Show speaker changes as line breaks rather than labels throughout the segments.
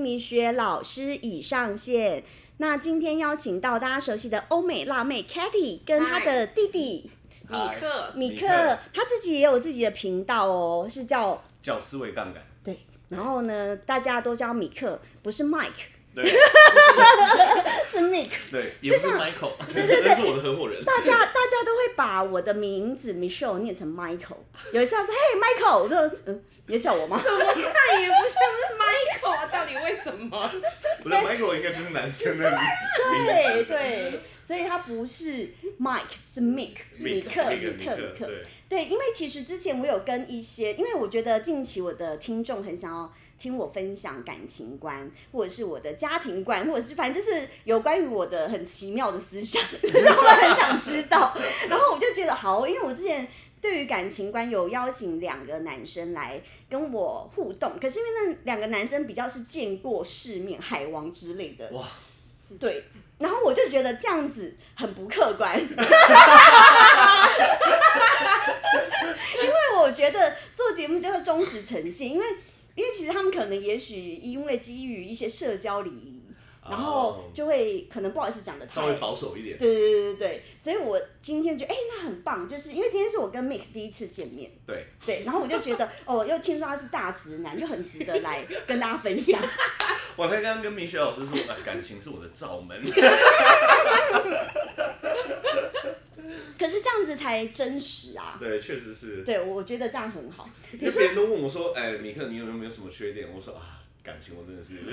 明学老师已上线。那今天邀请到大家熟悉的欧美辣妹 c a t t y 跟她的弟弟
嗨
啊
米克，
米克
米克，
他自己也有自己的频道哦，是叫
叫思维杠杆。
对。然后呢，大家都叫米克，不是 Mike，
对
是 Mike。
对，也不是 Michael，对对是我的合伙人。
大家大家都会把我的名字 Michelle 念成 Michael。有一次他说：“嘿，Michael。”我说：“嗯，你在叫我吗？”
怎么看也不像是 Michael 啊？到底为什么？
我的 Michael 应该就是男生的名
哎对
名字。
对， 所以他不是 Mike，是 Mick，米克
克，
米
米
克米克。
对，
对，因为其实之前我有跟一些，因为我觉得近期我的听众很想要听我分享感情观，或者是我的家庭观，或者是反正就是有关于我的很奇妙的思想， 他们很想知道。然后我就觉得好，因为我之前。对于感情观有邀请两个男生来跟我互动，可是因为那两个男生比较是见过世面、海王之类的，
哇，
对，然后我就觉得这样子很不客观， 因为我觉得做节目就是忠实呈现，因为因为其实他们可能也许因为基于一些社交礼仪，然后
哦
就会可能不好意思讲的太
稍微保守一点。
对对对对对，所以我今天觉得哎、那很棒，就是因为今天是我跟 Mike 第一次见面，
对，
对，然后我就觉得哦，又听说他是大直男，就很值得来跟大家分享。
我才刚刚跟明雪老师说，呃，感情是我的罩门。
可是这样子才真实啊，
对，确实是。
对，我觉得这样很好。
因为别人都问我说，哎，米克，你有没有什么缺点？我说啊，感情我真的是。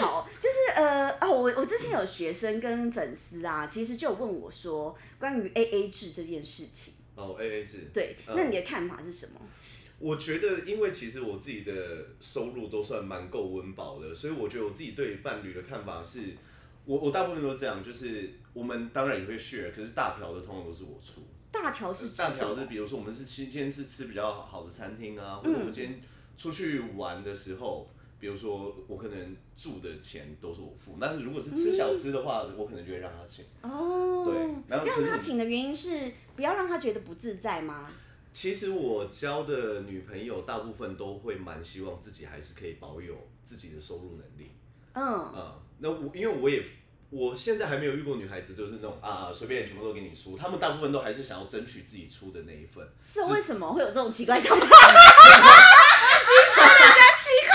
好，就是呃哦，我我之前有学生跟粉丝啊，其实就有问我说关于 A A 制这件事情，
哦，A A 制。
对，
嗯
那你的看法是什么？
我觉得，因为其实我自己的收入都算蛮够温饱的，所以我觉得我自己对伴侣的看法是，我我大部分都是这样，就是我们当然也会 share，可是大条的通常都是我出。
大条是指
大
什
哦条是
么？
比如说我们是今天是吃比较好的餐厅啊，或者我们今天出去玩的时候，比如说我可能住的钱都是我付，但是如果是吃小吃的话，我可能就会让他请。
哦，
对然后可
让
是
他
我
请的原因是不要让他觉得不自在吗？
其实我交的女朋友大部分都会蛮希望自己还是可以保有自己的收入能力。
嗯，
啊、那我因为我也我现在还没有遇过女孩子，就是那种啊随便全部都给你出，她们大部分都还是想要争取自己出的那一份。
是为什么会有这种奇怪想法？ 你说人家奇怪，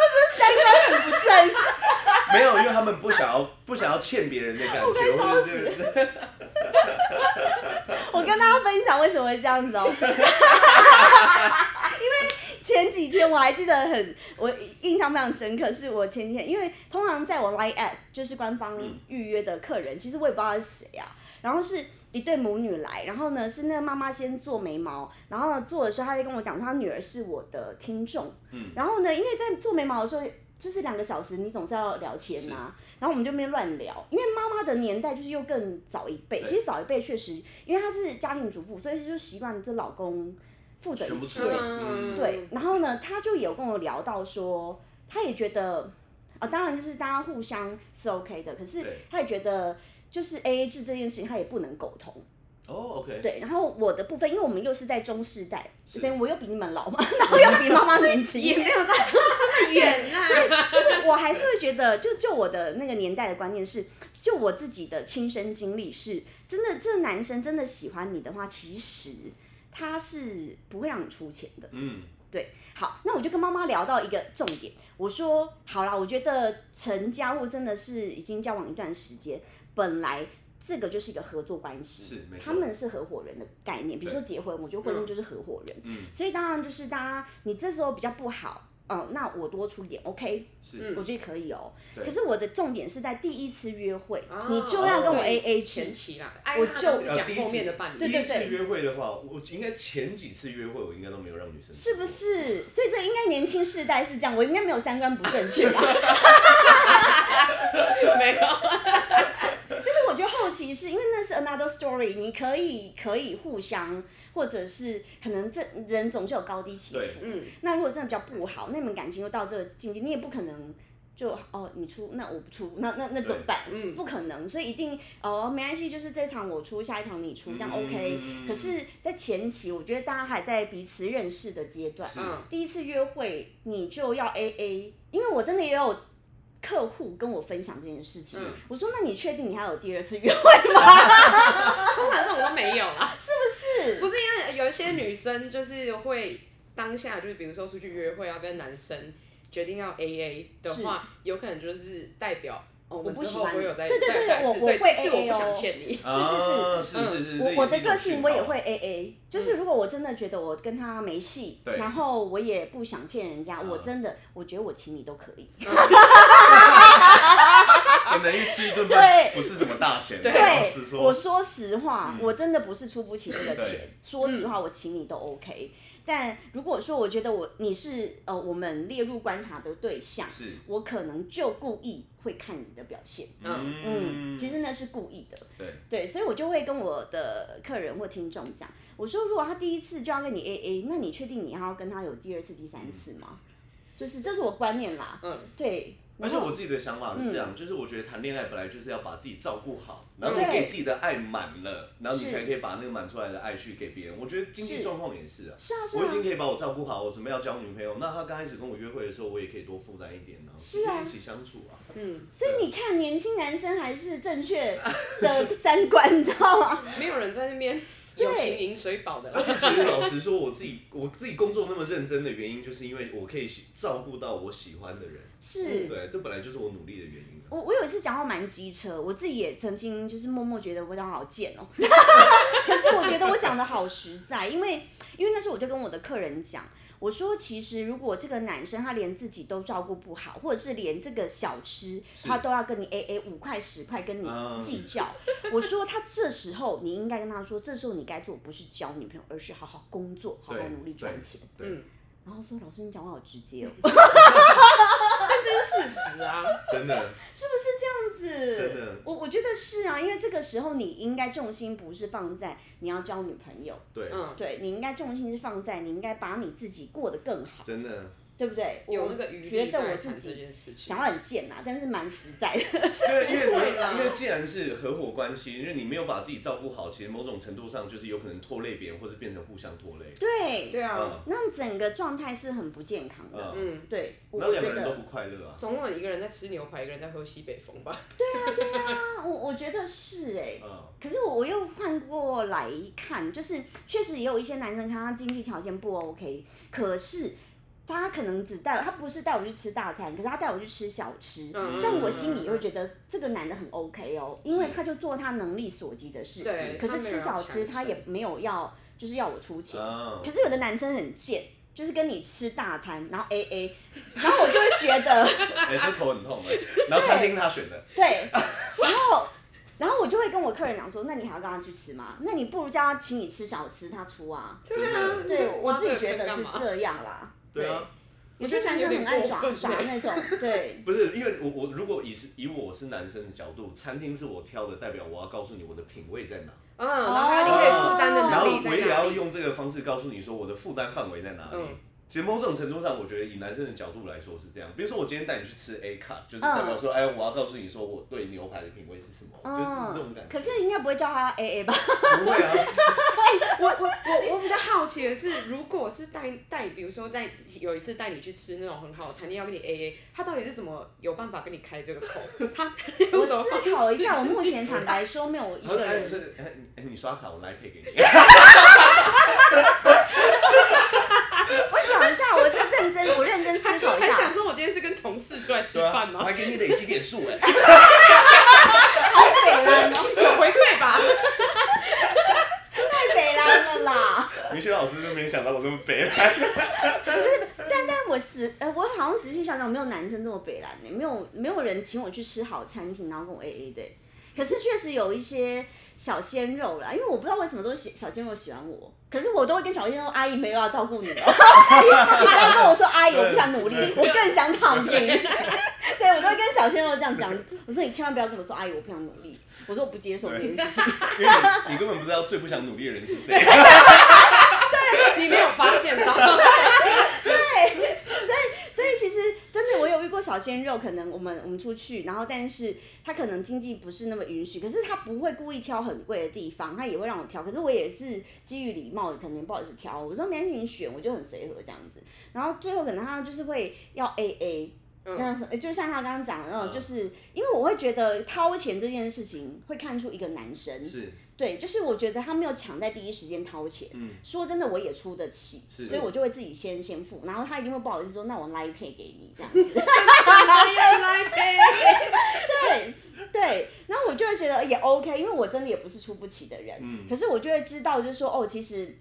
我是不是三观很不正？
没有，因为她们不想要不想要欠别人的感觉，
我快笑
我觉得这
我跟大家分享为什么会这样子哦、因为 前几天我还记得很，我印象非常深刻，是我前几天，因为通常在我 Line at 就是官方预约的客人，其实我也不知道他是谁啊，然后是一对母女来，然后呢是那个妈妈先做眉毛，然后做的时候她就跟我讲，她女儿是我的听众，
嗯
然后呢，因为在做眉毛的时候。就是两个小时，你总是要聊天呐、然后我们就没乱聊，因为妈妈的年代就是又更早一辈，
对
其实早一辈确实，因为她是家庭主妇，所以就习惯这老公负责
全
一
部
切
吃。对
嗯
对，，啊然后呢，她就有跟我聊到说，她也觉得，呃，当然就是大家互相是 OK 的，可是
对
她也觉得就是 AA 制这件事情，她也不能苟同。
哦，OK，
对，然后我的部分，因为我们又是在中世代
是
这边，我又比你们老嘛， 然后又比妈妈年轻，
也没有到 这么远
啊
啊啦。
就是我还是会觉得，就就我的那个年代的观念是，就我自己的亲身经历是，真的，这男生真的喜欢你的话，其实他是不会让你出钱的。
嗯，
对，好，那我就跟妈妈聊到一个重点，我说好啦，我觉得成家或真的是已经交往一段时间，本来。这个就是一个合作关系，
是没错
他们是合伙人的概念。比如说结婚，我觉得婚姻
嗯
就是合伙人，
嗯
所以当然就是大家你这时候比较不好，嗯、那我多出一点，OK，
是
我觉得可以哦。
对
可是我的重点是在第一次约会，
哦
你就要跟我
对
A A
前
制。
期啦，哎
我
他
就呃
都是讲
呃第一
后
次
面的伴
对
侣，
第
对
一次
对
约会的话，我应该前几次约会我应该都没有让女生，
是不？是？所以这应该年轻世代是这样，我应该没有三观不正确吧？
没有。
就是我觉得后期是因为那是 another story，你可以可以互相，或者是可能这人总是有高低起伏
对。
嗯，
那如果真的比较不好，那你们感情又到这个境界，你也不可能就哦你出那我不出，那那那怎么办？
嗯
不可能，所以一定哦没关系，就是这场我出，下一场你出，这样 OK。
嗯
可是，在前期，我觉得大家还在彼此认识的阶段，
是
嗯
第一次约会你就要 A A，因为我真的也有客户跟我分享这件事情，
嗯
我说那你确定你还有第二次约会吗？
通常这种都没有 啦，
是
不是因为有一些女生就是会当下就是比如说出去约会要跟男生决定要 A A 的话，有可能就是代表哦，我
我
们
不
之
喜
后
欢
会有再
对对
再有
对
下一
我
次，
我
所以
会
这次我
AA 哦
不想 欠你。
啊是
是
是是是，这也
我我
是
的
一种
个性
讯
我也
号
会 A A，就是如果我真的觉得我跟他没戏，
对
然后我也不想欠人家，我
嗯
真的我觉得我请你都可以。
可能一吃一顿饭
对
不是什么大钱，
对
老
对
实，
我
说，
说实话，
嗯
我真的不是出不起这个钱
对。
说实话，我请你都 OK。但如果说我觉得我你是呃我们列入观察的对象，
是，
我可能就故意会看你的表现。
嗯
嗯，其实那是故意的。
对，
对，所以我就会跟我的客人或听众讲，我说如果他第一次就要跟你 A A，那你确定你还要跟他有第二次、第三
嗯
次吗？就是这是我观念啦。
嗯，
对，
而
然
且
后嗯
我自己的想法是这样，就是我觉得谈恋爱本来就是要把自己照顾好，然后
对
你给自己的爱满了，然后你
是
才可以把那个满出来的爱去给别人。我觉得经济
是
状况也是啊，
是啊是
我已经
啊，
可以把我照顾好，我准备要交女朋友，那他刚开始跟我约会的时候，我也可以多负担一点呢、啊，
是啊
就一起相处啊。
嗯，
所以你看年轻男生还是正确的三观，你知道 吗？
没有人在那边
对
友情饮水饱的
而
啦。
且其实老实说，我自己我自己工作那么认真的原因，就是因为我可以喜照顾到我喜欢的人，
是。
对，这本来就是我努力的原因啊。
我我有一次讲话蛮机车，我自己也曾经就是默默觉得我讲好贱哦、 可是我觉得我讲的好实在，因为因为那时候我就跟我的客人讲，我说其实如果这个男生他连自己都照顾不好，或者是连这个小吃
是
他都要跟你 A A 五块十块跟你
嗯
计较，我说他这时候你应该跟他说，这时候你该做不是交女朋友，而是好好工作，好好
对
努力赚钱。
对，
嗯，
然后说老师你讲话好直接哦、
但这是事实啊。
真的，
是不是这样子？
真的
我我觉得是啊，因为这个时候你应该重心不是放在你要交女朋友，
对，
嗯，
对你应该重心是放在你应该把你自己过得更好，
真的。
对不对？
有
我
那个余
觉
力
得我
在
自
谈这
己
件事情
讲。话很贱呐、但是蛮实在的。
对，因为
不会啦
因为既然是合伙关系，因为你没有把自己照顾好，其实某种程度上就是有可能拖累别人，或是变成互相拖累。
对，
对啊，
嗯，
那整个状态是很不健康的。
嗯
嗯，
对，我
那
觉
两个人都
得
不快乐啊。
总有一个人在吃牛排，一个人在喝西北风吧。
啊，我我觉得是哎、
嗯，
可是我我又换过来看，就是确实也有一些男生，他经济条件不 OK，可是他可能只带我他不是带我去吃大餐，可是他带我去吃小吃。
嗯
但我心里会觉得这个男的很 OK 哦，因为他就做他能力所及的事
对
情。可是
他没有
吃小吃
要强嗯
他也没有要，就是要我出钱。
啊
可是有的男生很贱，就是跟你吃大餐，然后 A A，然后我就会觉得。
哎，这头很痛哎。然后餐厅他选的，
对，啊然后然后我就会跟我客人讲说，那你还要跟他去吃吗？那你不如叫他请你吃小吃，他出啊。
真的，
对我
那
自己
这个
觉
可以
得
干
是
嘛
这样啦。
对啊，
有些男生很爱耍耍
欸
那种，对，
不是因为我我如果以是以我是男生的角度，餐厅是我挑的，代表我要告诉你我的品味在哪，
嗯，然后还有你可以负担的
然
能
后
力
我也
在哪
要
里？
用这个方式告诉你说我的负担范围在哪里
嗯。
其实某种程度上，我觉得以男生的角度来说是这样。比如说，我今天带你去吃 A 卡，就是
嗯
代表说，哎，我要告诉你说我对牛排的品味是什么，
嗯
就是这种感觉。
嗯可是应该不会叫他 A A 吧？
不会 啊，
我我我我比较好奇的是，如果是带带，比如说带有一次带你去吃那种很好的餐厅，要跟你 A A，他到底是怎么有办法跟你开这个口？他
我
用什么方
思
式？
考一下，我目前坦白说没有一
然后
个
哎，
人
你说，哎哎，你刷卡，我来配给你。
我想一下，我就认真，我认真思考一
还
下
想，说我今天是跟同事出来吃
对啊
饭，
我
吗？
还给你累积点数 哎。
太
啊
北蓝了，
有回馈吧？
太北蓝了啦！
明学老师就没想到我这么悲哀。
但我死，呃，我好像仔细想想，没有男生这么北蓝的、没有没有人请我去吃好餐厅，然后跟我 A A 的、可是确实有一些小鲜肉啦，因为我不知道为什么都喜小鲜肉喜欢我，可是我都会跟小鲜肉阿姨没有要照顾你的，你不要跟我说阿姨我不想努力，我更想躺平。对，我都会跟小鲜肉这样讲，我说你千万不要跟我说阿姨我不想努力，我说我不接受这件事情。
因为你你根本不知道最不想努力的人是谁。
你没有发现到？
所以其实真的我有遇过小小鲜肉可能我们我们出去，然后但是他可能经济不是那么允许，可是他不会故意挑很贵的地方，他也会让我挑，可是我也是基于礼貌，可能不好意思挑，我说没关系，你选，我就很随和这样子。然后最后可能他就是会要 A A。那呃就像他刚刚讲的那种，就是因为我会觉得掏钱这件事情会看出一个男生，
是
对，就是我觉得他没有抢在第一时间掏钱。
嗯
说真的，我也出得起，
是
所以我就会自己先先付，然后他一定会不好意思说，那我拉一配给你这样子。
来呗，
对对，然后我就会觉得也 OK，因为我真的也不是出不起的人，
嗯
可是我就会知道，就是说哦，其实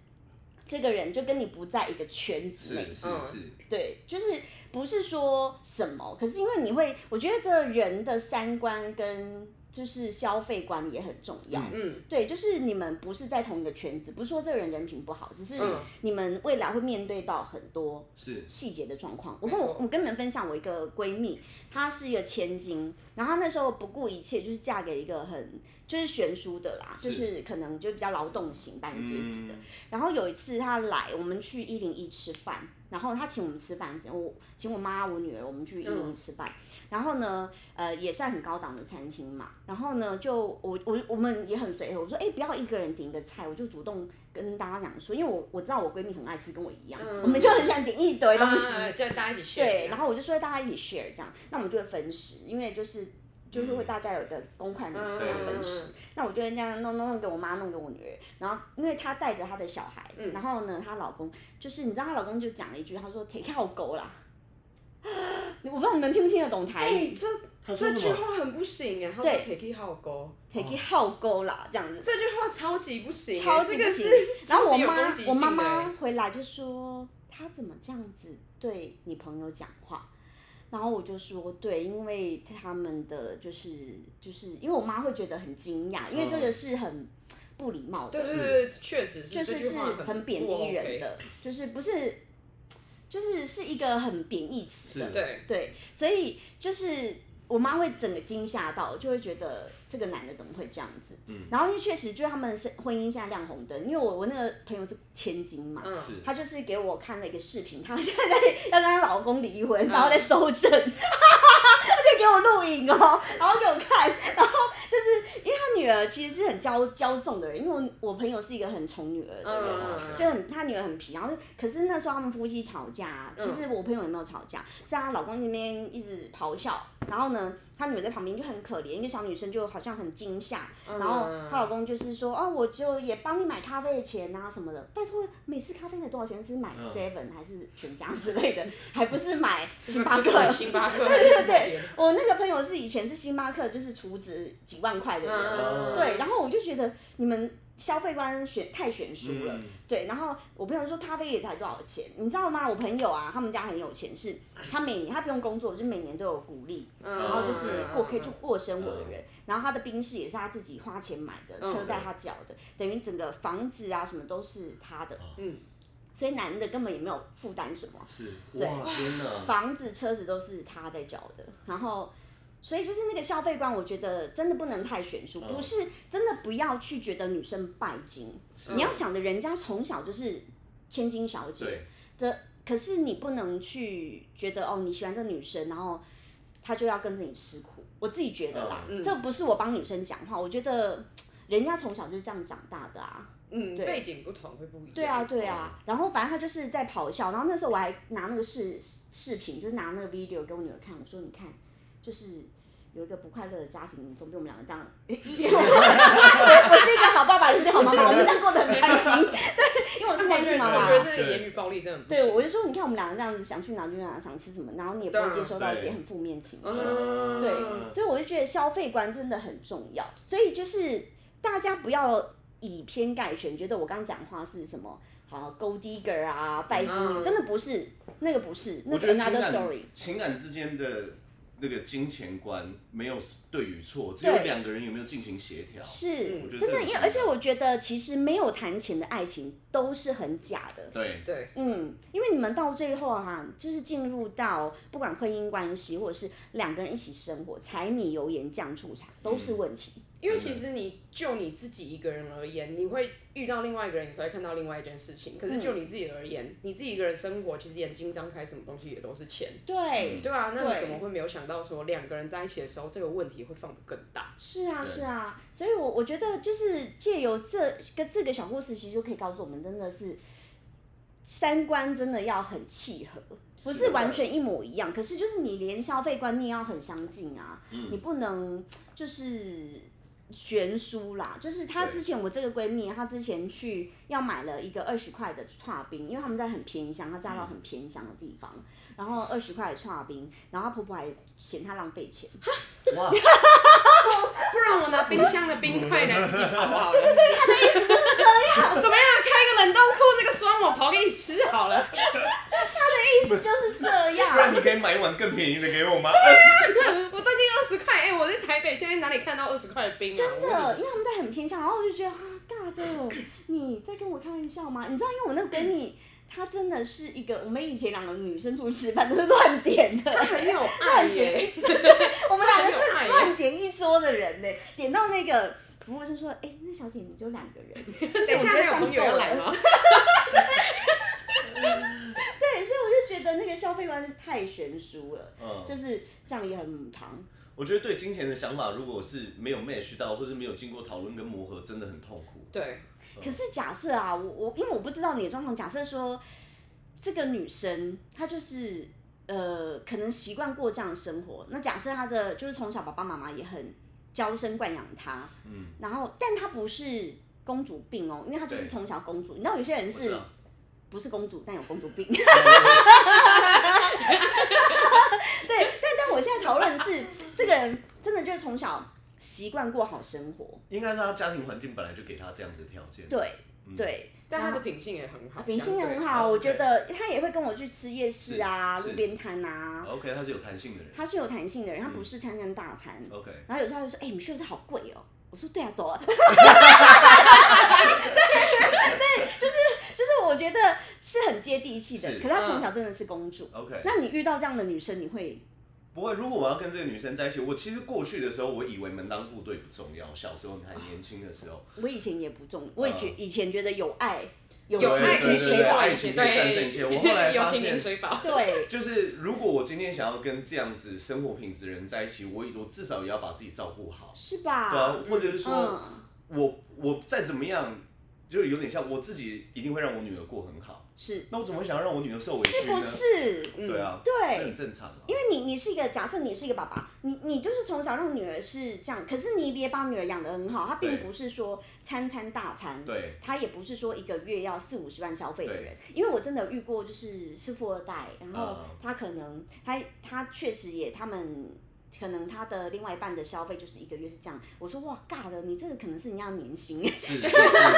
这个人就跟你不在一个圈子内
是，是
嗯
是，
对，就是不是说什么，可是因为你会，我觉得人的三观跟就是消费观也很重要。
嗯，
对，就是你们不是在同一个圈子，不是说这个人人品不好，只是
嗯
你们未来会面对到很多
是
细节的状况。我跟我
没错
我跟你们分享，我一个闺蜜，她是一个千金，然后她那时候不顾一切，就是嫁给一个很就是悬殊的啦，
是
就是可能就比较劳动型半阶级的。
嗯
然后有一次她来，我们去一零一吃饭，然后她请我们吃饭，我请我妈我女儿我们去一零一吃饭。然后呢，呃，也算很高档的餐厅嘛。然后呢，就我我我们也很随和，我说，哎、不要一个人点一个菜，我就主动跟大家讲说，因为我我知道我闺蜜很爱吃，跟我一样，
嗯
我们就很喜欢点一堆东西。
啊就大家一起 share，
对，然
后
后我就说大家一起 share 这样，那我们就会分食，因为就是就是会大家有一个公筷
嗯
母匙来分食。那我就会那样弄弄弄给我妈，弄给我女儿。然后因为她带着她的小孩，
嗯
然后呢，她老公就是你知道她老公就讲了一句，他说 “take out 狗 啦”，我不知道你们听不听得懂台
哎，
语
这
他说
这句
什么？
话很不行哎，
对
t a k e 好高，
，“take out 狗啦”这样子。
这句话超级不行欸，
超级
这
不
个
行
是。
然后我
超级有
妈
攻击，
我
性
妈
的
妈
欸
回来就说，她怎么这样子对你朋友讲话？然后我就说，对，因为他们的就是就是，因为我妈会觉得很惊讶，因为这个是很不礼貌的
对，对嗯对，确实是，
就
这
是
句
是
话
很贬
不
低
OK
人，的，就是不是，就是是一个很贬义词的
是，
对，
对，所以就是我妈会整个惊吓到，就会觉得这个男的怎么会这样子？
嗯
然后因为确实就是他们是婚姻现在亮红灯，因为我我那个朋友是千金嘛。
嗯，
是
她就是给我看了一个视频，她现在在要跟她老公离婚，
嗯
然后在搜证，她就给我录影哦，然后给我看，然后就是因为她女儿其实是很骄骄纵的人，因为我我朋友是一个很宠女儿的人，
嗯嗯嗯
就很他女儿很皮，然后可是那时候他们夫妻吵架，啊
嗯
其实我朋友也没有吵架，是她老公那边一直咆哮，然后呢，她女儿在旁边就很可怜，一个小女生就好像很惊吓，
嗯
然后她老公就是说，哦，我就也帮你买咖啡的钱啊什么的，拜托，每次咖啡才多少钱？是买
嗯
Seven、还是全家之类的，还不是买星巴
不
克
是？买星巴克，
对对
还是
对
什么，
我那个朋友是以前是星巴克，就是储值几万块的人，
嗯
对，然后我就觉得你们消费观悬太悬殊了，
嗯
对，然后我朋友说咖啡也才多少钱，你知道吗？我朋友啊，他们家很有钱，是他每年他不用工作，就每年都有鼓励，
嗯
然后就是过可以
嗯
去过生活的人，然后他的宾士也是他自己花钱买的，
嗯
车贷他缴的，等于整个房子啊什么都是他的，
嗯，
所以男的根本也没有负担什么，
是
对
哇天哪，
房子、车子都是他在缴的，然后。所以就是那个消费观，我觉得真的不能太悬殊，
嗯
不是真的不要去觉得女生拜金，
是
你要想着人家从小就是千金小姐，
对
可是你不能去觉得哦你喜欢这女生，然后她就要跟着你吃苦。我自己觉得啦，
嗯嗯
这不是我帮女生讲话，我觉得嘖人家从小就是这样长大的啊。
嗯，
对
背景不同会不一样。
对啊，对啊。然后反正他就是在咆哮，然后那时候我还拿那个视视频，就是拿那个 video 给我女儿看，我说你看，就是。有一个不快乐的家庭，总比我们两个这样。 我我是一个好爸爸，也是一个好妈妈，我们这样过得很开心。 对，因为我是单亲妈
我
妈
觉。得这个言语暴力真的很不
对，
行。
我就说，你看我们两个这样子，想去哪就去哪，想吃什么，然后你也不会接收到一些很负面情绪，
嗯
对，所以我就觉得消费观真的很重要，所以就是大家不要以偏概全，觉得我刚刚讲话是什么好 gold digger 啊，拜金女，
嗯
真的不是，那个不是，那
嗯我
是
觉得情
another
感
story。
情感之间的那个金钱观没有对与错，只
对
有两个人有没有进行协调。嗯
是
我
觉
真
得这
的，
个
因为
很
而且我觉得其实没有谈钱的爱情都是很假的，
对，
对，
嗯，因为你们到最后哈、就是进入到不
嗯
管婚姻关系，或者是两个人一起生活，柴米油盐酱醋茶都是问题。
因为其实你就你自己一个人而言，你会遇到另外一个人，你才会看到另外一件事情。可
嗯
是就你自己而言，你自己一个人生活，其实眼睛张开，什么东西也都是钱。
对，
对啊，那
对
你怎么会没有想到说两个人在一起的时候，这个问题会放得更大？
是啊，
对
是啊，所以我我觉得就是借由这跟这个小故事，其实就可以告诉我们，真的是三观真的要很契合，不
是
是
的
完全一模一样，可是就是你连消费观念要很相近啊，
嗯
你不能就是悬殊啦。就是她
对
之前我这个闺蜜，她之前去要买了一个二十块的串冰，因为他们在很偏乡，她嫁到很偏乡的地方，然后二十块的串冰，然后她婆婆还嫌她浪费 钱。
哇，
不然我拿冰箱的冰块来自己跑好了。他的意思就是这样。 怎么样？开个冷冻库，那个酸我刨给你吃好了。
就是这样。
不然你可以买一碗更便宜的给 我吗？二十
我都已经二十块，哎、我在台北现在哪里看到二十块的冰啊？
真
我问
的，
你，
因为他们在很偏向，然后我就觉得啊，尬的， 你在跟我开玩笑吗？你知道，因为我那个闺
嗯
蜜，她真的是一个，我们以前两个女生出去吃饭都是乱点 的，
他很有爱耶、
我们两个
很有
是
爱耶
乱点一桌的人呢，点到那个服务生说，哎、那小姐你就两个人，就是
等
我觉
一下
得
还有
讲
朋友
够
要
了
来吗？
对，所以我就觉得那个消费观太悬殊了，
哦
嗯
就是酱也很母汤，
我觉得对金钱的想法，如果是没有 match 到，或是没有经过讨论跟磨合，真的很痛苦。
对，
可是假设啊，我我因为我不知道你的状况，假设说这个女生她就是呃，可能习惯过这样的生活，那假设她的就是从小爸爸妈妈也很娇生惯养她，
嗯，
然后但她不是公主病哦，因为她就是
对
从小公主，你知道有些人
我知
是
道
不是公主但有公主 病， 对，但但我现在讨论的是这个人真的就是从小习惯过好生活，
应该是他家庭环境本来就给他这样的条件。
对
嗯
对，
但
然
他
后
的品性也很好，
品性也
相对
很好，
对
我觉得他也会跟我去吃夜市啊、
是是哦
路边摊啊，
，OK，他是有弹性的人。
他是有弹性的人，他
嗯
不是餐餐大餐。
OK，
然后有时候他就说：“哎、你们去这好贵哦、我说：“对啊，走啊。” 对对，就是就是，我觉得是很接地气的。
是
可是
嗯
她从小真的是公主。
OK，
那你遇到这样的女生，你会
不过如果我要跟这个女生在一起，我其实过去的时候，我以为门当户对不重要，小时候还年轻的时候，
我以前也不重，我也觉、
嗯
以前觉得有爱有
有
对
爱可以
对
谁
对
水饱，
对爱情可以战胜一切我后 来
有
发
情
现
饮水饱。
对
就是如果我今天想要跟这样子生活品质的人在一起，我我至少也要把自己照顾好，
是吧？
对啊，或者是说。
嗯，
我我再怎么样，就有点像我自己一定会让我女儿过很好，
是
那我怎么会想要让我女儿受委
是
屈
不
呢？
是？嗯
对啊，
对
这很正常啊。
因为你你是一个假设你是一个爸爸，你你就是从小让女儿是这样，可是你也把女儿养得很好，她并
对
不是说餐餐大餐，
对，
她也不是说一个月要四五十万消费的
对
人，因为我真的有遇过就是是富二代，然后
嗯
他可能他他确实也他们。可能他的另外一半的消费就是一个月是这样，我说哇尬的，你这个可能是人家的年薪，
是是是是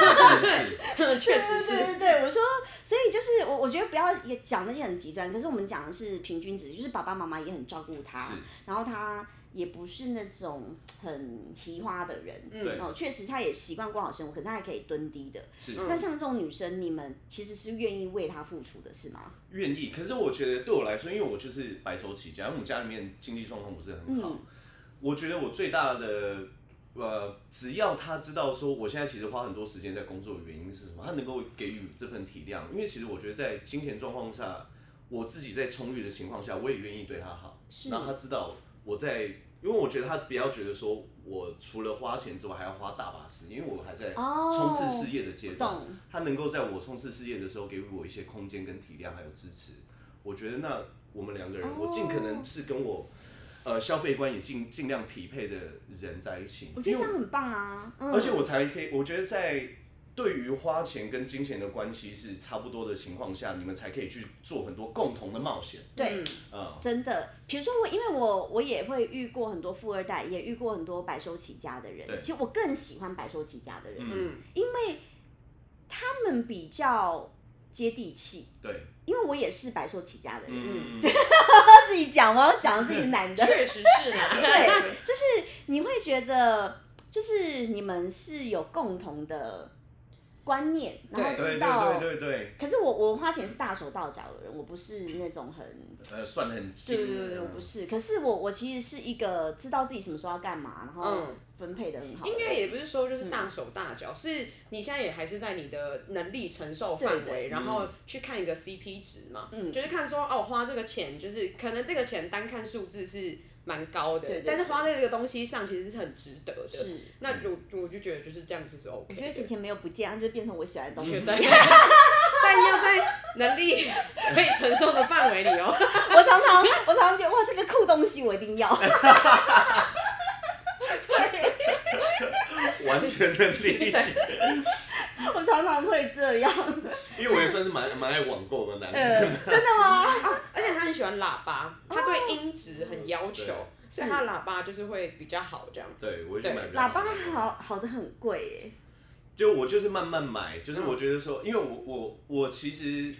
是，
确实是
对对对对，我说，所以就是我我觉得不要也讲那些很极端，可是我们讲的是平均值，就是爸爸妈妈也很照顾他
是，
然后他也不是那种很奇花的人，
对
哦，确实他也习惯过好生活，可是他还可以蹲低的。
嗯是
那像这种女生，你们其实是愿意为他付出的，是吗？
愿意。可是我觉得对我来说，因为我就是白手起家，因为我们家里面经济状况不是很好，
嗯
我觉得我最大的。呃，只要他知道说我现在其实花很多时间在工作的原因是什么，他能够给予这份体谅，因为其实我觉得在金钱状况下，我自己在充裕的情况下，我也愿意对他好，
是
让他知道我在，因为我觉得他不要觉得说我除了花钱之外还要花大把时间，因为我还在
哦
冲刺事业的阶段，
懂
他能够在我冲刺事业的时候给予我一些空间跟体谅还有支持，我觉得那我们两个人，
哦
我尽可能是跟我呃消费观也尽尽量匹配的人在一起，
我觉
因
得
为
这样很棒啊，嗯、
而且我才可以，我觉得在对于花钱跟金钱的关系是差不多的情况下，你们才可以去做很多共同的冒险，
对。
嗯
啊、
真的，比如说我，因为我我也会遇过很多富二代，也遇过很多白手起家的人
对。
其实我更喜欢白手起家的人，
嗯，
他们比较接地气，
对，
因为我也是白手起家的人。
嗯，
他自己讲，我要讲自己男 的，
确实是啦。
对，就是你会觉得，就是你们是有共同的观念，然后知
对对
道。
对对对，
可是我我花钱是大手大脚的人，我不是那种很。
呃，算很
对
精。
对对对，我不是。可是我我其实是一个知道自己什么时候要干嘛，然后
嗯
分配的很好的嗯
应
人。
该也不是说就是大手大脚，是你现在也还是在你的能力承受范围，
对对
然后去看一个 CP 值嘛，
嗯
就是看说哦，花这个钱就是可能这个钱单看数字是蛮高的，
对对
但是花在这个东西上其实是很值得的。
是。
那我我就觉得就是这样子是 OK
我
的。
觉得钱钱没有不见，它就变成我喜欢的东西。
对但要在能力 可以承受的范围里哦。
我常常我常常觉得哇，这个酷东西我一定要。 对，
完全能 理解，
我常常会这样。
因为我也算是蛮蛮爱网购的男
呃，
生。
真的吗？
而且他很喜欢喇叭，他
哦
对音质很要求，所以他的喇叭就是会比较好这样。
对，我就买比较
喇
好
叭
的
好好的很贵耶。
就我就是慢慢买，就是
嗯
我觉得说，因为我我我其实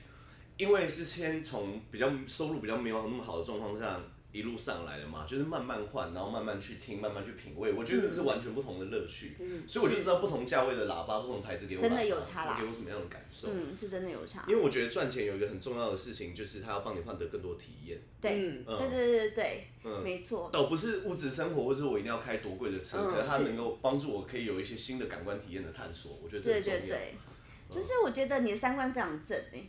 因为是先从比较收入比较没有那么好的状况下一路上来的嘛，就是慢慢换，然后慢慢去听，慢慢去品味，我觉得这是完全不同的乐趣，所以我就知道不同价位的喇叭，不同牌子给我
嗯真
喇
的
叭
有差啦
是给我什么样的感受。
嗯，是真的有差。
因为我觉得赚钱有一个很重要的事情，就是它要帮你换得更多体验，
对，对
嗯，
对对对对，
嗯
没错。
倒不是物质生活，或是我一定要开多贵的车，
嗯
可是它
是
能够帮助我可以有一些新的感官体验的探索，我觉得这
对
很重要。
对对，就是我觉得你的三观非常正哎、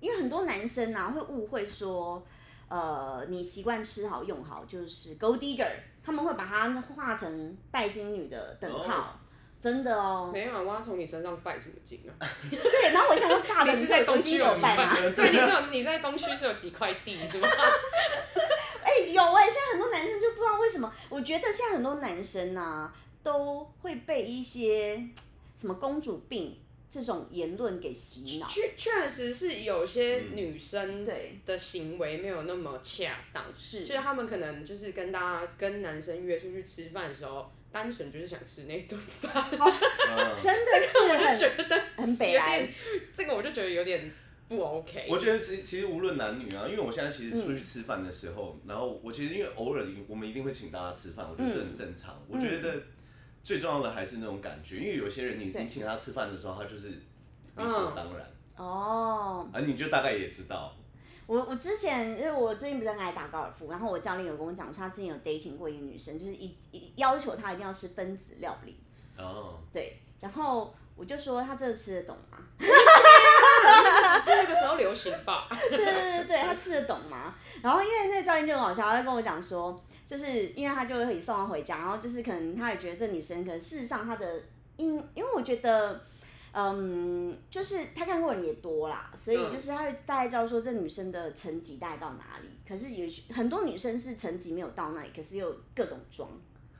因为很多男生啊会误会说，呃，你习惯吃好用好就是 gold digger，他们会把它化成拜金女的等号。
哦
真的哦，
没有啊，我要从你身上拜什么金啊？
对，然后我想说，大的
你是在东
金
区
有
几
拜
块
吗？？
对，你是有你在东区是有几块地是吗？
哎、有哎、现在很多男生就不知道为什么，我觉得现在很多男生啊都会被一些什么公主病这种言论给洗脑。
确确实是有些
嗯
女生
对，
的行为没有那么恰当，
是
就是他们可能就是跟大家跟男生约出去吃饭的时候，单纯就是想吃那顿饭，
嗯
真的是
我就
很
觉得
很
有
北来
点，这个我就觉得有点不 OK。
我觉得其其实无论男女啊，因为我现在其实出去吃饭的时候，然后我其实因为偶尔我们一定会请大家吃饭，我觉得这很正常。我觉得最重要的还是那种感觉，因为有些人你
对
你请他吃饭的时候，他就是理所
嗯
当然，
哦。
而、你就大概也知道，
我我之前因为我最近不是很爱打高尔夫，然后我教练有跟我讲说，他之前有 dating 过一个女生，就是一一要求她一定要吃分子料理，
哦，
对，然后我就说她真的吃得懂吗？
只 是那个时候流行吧。
对对对对，他吃得懂吗？然后因为那个教练就很好笑，他就跟我讲说，就是因为他就会送她回家，然后就是可能他也觉得这女生，可能事实上她的，因因为我觉得，嗯，就是他看过的人也多啦，所以
嗯
就是他会大概知道说这女生的层级大概到哪里。可是也许很多女生是层级没有到那里，可是又各种装，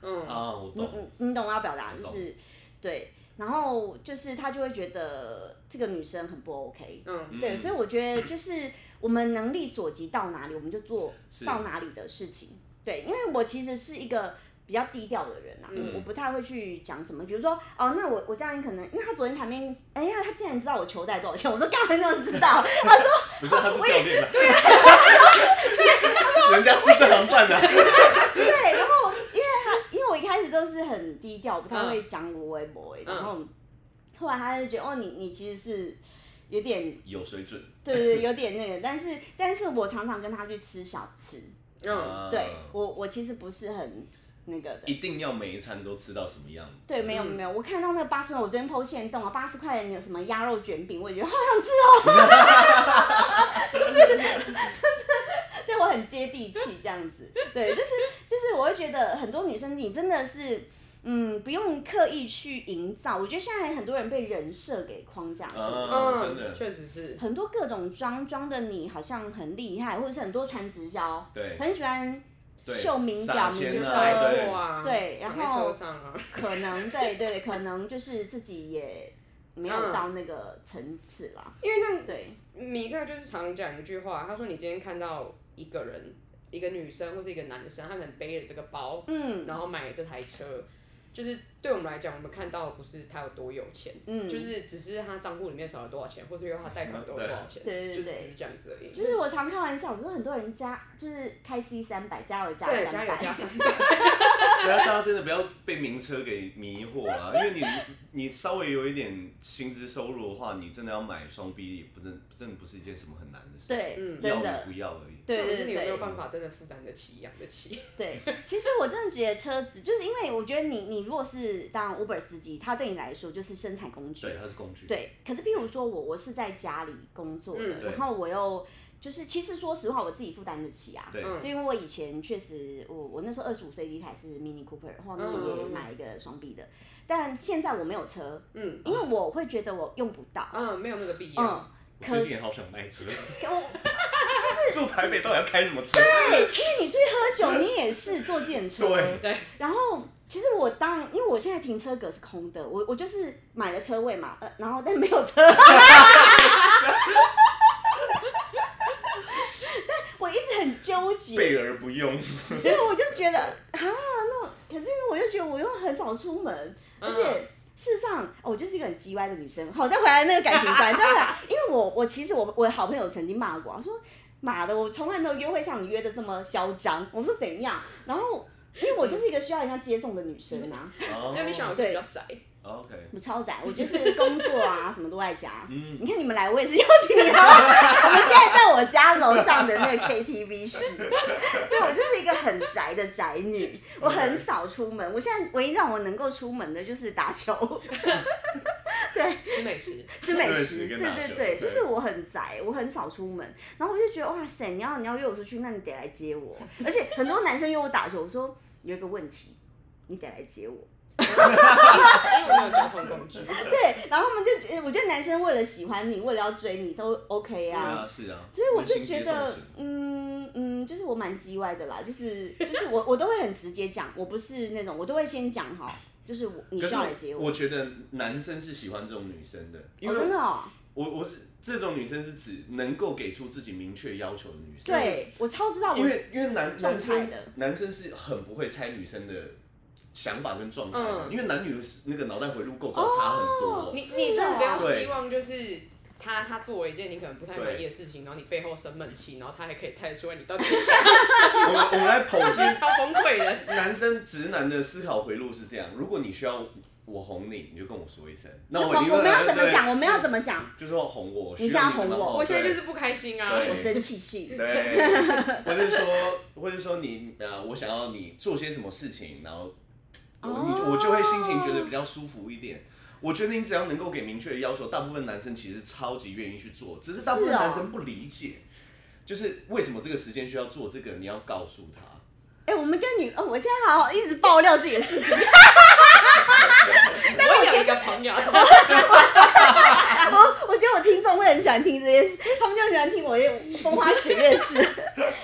嗯，
啊，我
你
懂，
你你懂我要表达
我
就
懂
是对，然后就是他就会觉得这个女生很不 OK，
嗯，
对，
嗯
所以我觉得就是我们能力所及到哪里，我们就做
是
到哪里的事情。对，因为我其实是一个比较低调的人啊，
嗯
我我不太会去讲什么，比如说哦，那我我家人可能，因为他昨天谈恋爱，哎呀，他竟然知道我球袋多少钱，我说干嘛你怎么知道？ 他说
不是他是教练吧？对人家吃这行饭啊的、
对，然后因为他因为我一开始都是很低调，不太会讲我微博，
嗯
然后后来他就觉得哦，你你其实是有点
有水准，
对对，有点那个，但是但是我常常跟他去吃小吃。
嗯，
啊
对我，我其实不是很那个的。
一定要每一餐都吃到什么样？
对，没有
嗯
没有，我看到那个八十块，我昨天剖现动啊，八十块有什么鸭肉卷饼，我也觉得好 想吃哦，就是就是，对我很接地气这样子。对，就是就是，我会觉得很多女生你真的是。嗯，不用刻意去营造。我觉得现在很多人被人设给框架住，
啊
嗯，
真的
确实是。
很多各种装装的你好像很厉害，或者是很多传直销，
对
很喜欢
对，
秀名
撒
表明
钱
就
就
天
是
哪
啊
车
对
祸啊，
对然
躺
后
在车上啊，
可能对对，可能就是自己也没有到那个层次啦。
因为像
对，
米克就是常讲一句话，他说你今天看到一个人，一个女生或是一个男生，他可能背着这个包，
嗯，
然后买了这台车，就是对我们来讲，我们看到的不是他有多有钱，
嗯，
就是只是他账户里面少了多少钱，或是因为他贷款多了多少钱，
对对对
就是只是这样子而已。
就是我常开玩笑，我说很多人加就是开 C 三百，加油加
对，
三
加油
百，
加三百。
大家大家真的不要被名车给迷惑了，因为你你稍微有一点薪资收入的话，你真的要买双 B 也不真真的不是一件什么很难的事情，
对，
嗯
要
真
与
的，
不要而已。
对
重点
对
是你
对
有没有
对
办法真的负担得起，养得起？
对。其实我真的觉得车子，就是因为我觉得你你如果是当 Uber 司机，他对你来说就是生产工具，
对，它是工具。
对，可是譬如说我我是在家里工作的，
嗯
对
然后我又就是其实说实话，我自己负担得起啊。
对
嗯
因为我以前确实，我我那时候二十五岁第一台是 Mini Cooper，然后那
嗯
也买一个双臂的，但现在我没有车，
嗯
因为我会觉得我用不到。
嗯，没有那个必要。
嗯，
我
可
最近也好想卖车，
可我
住台北到底要开什么车？
对，因为你出去喝酒，你也是坐计程车。
对
对。
然后其实我当，因为我现在停车格是空的，我我就是买了车位嘛，呃，然后但没有车。 但我一直很纠结，
备而 不用。
所以我就觉得啊，那我可是因为我就觉得我又很少出门，而且。事实上，哦我就是一个很叽歪的女生。好，再回来那个感情观，真的，因为我我其实我我好朋友曾经骂过，啊我说妈的，我从来没有约会像你约的这么嚣张。我说怎样？然后因为我就是一个需要人家接送的女生啊，
哦
那你想我是比较 宅，
OK，
我超宅，我就是工作啊什么都在家。
嗯，
你看你们来，我也 是邀请你们。我们现在在我家楼上的那个 KTV 室，对我就是一个很宅的宅女，我
嗯
很少出门。我现在唯一让我能够出门的就是打球。
吃美食。
吃美
对
食，
吃
对
跟打球
对对，
对
就是我很宅，我很少出门，然后我就觉得哇塞，你要你要约我出去，那你得来接我，而且很多男生约我打球，我说有一个问题，你得来接我，
因为我没有交通工具。
对，然后他们就觉得，我觉得男生为了喜欢你，为了要追你都 OK
对
啊，
啊，是啊。
所以我就
明星
觉
接送
得
型，
嗯嗯，就是我蛮叽歪的啦，就是就是我我都会很直接讲，我不是那种我都会先讲好，就是我你
可
需要来
是
接
我
我，
我觉得男生是喜欢这种女生的，因
哦真
为
的哦，
我我是这种女生是指能够给出自己明确要求的女生。
对我超知道
因
我
为因为男
状态
男生
的
男生是很不会猜女生的想法跟状态的，
嗯
因为男女那个脑袋回路构造差很多。
你
是啊
你真的不要
哦
希望就是他他做了一件你可能不太满意的事情，然后你背后生闷气，然后他还可以猜出来你到底想
我们我们来剖
什么，
析
超崩溃的。
男生直男的思考回路是这样：如果你需要我哄你，你就跟我说一声，那我
我
一定会
们要怎么
对
讲，我们要怎么讲。
就是要哄我，
你
需要
想哄
怎么哦
我
我现在
对
就是不开心 啊。
对
我生气是。
对，或者说，或者说你呃，我想要你做些什么事情，然后我、你就我就会心情觉得比较舒服一点。我觉得你只要能够给明确的要求，大部分男生其实超级愿意去做，只是大部分
是哦
男生不理解，就是为什么这个时间需要做这个，你要告诉他。
哎、我们跟你，哦，我现在好好一直爆料自己的事情，
啊我有一个朋友，
我我觉得我听众会很喜欢听这些事，他们就很喜欢听我这些风花雪月事。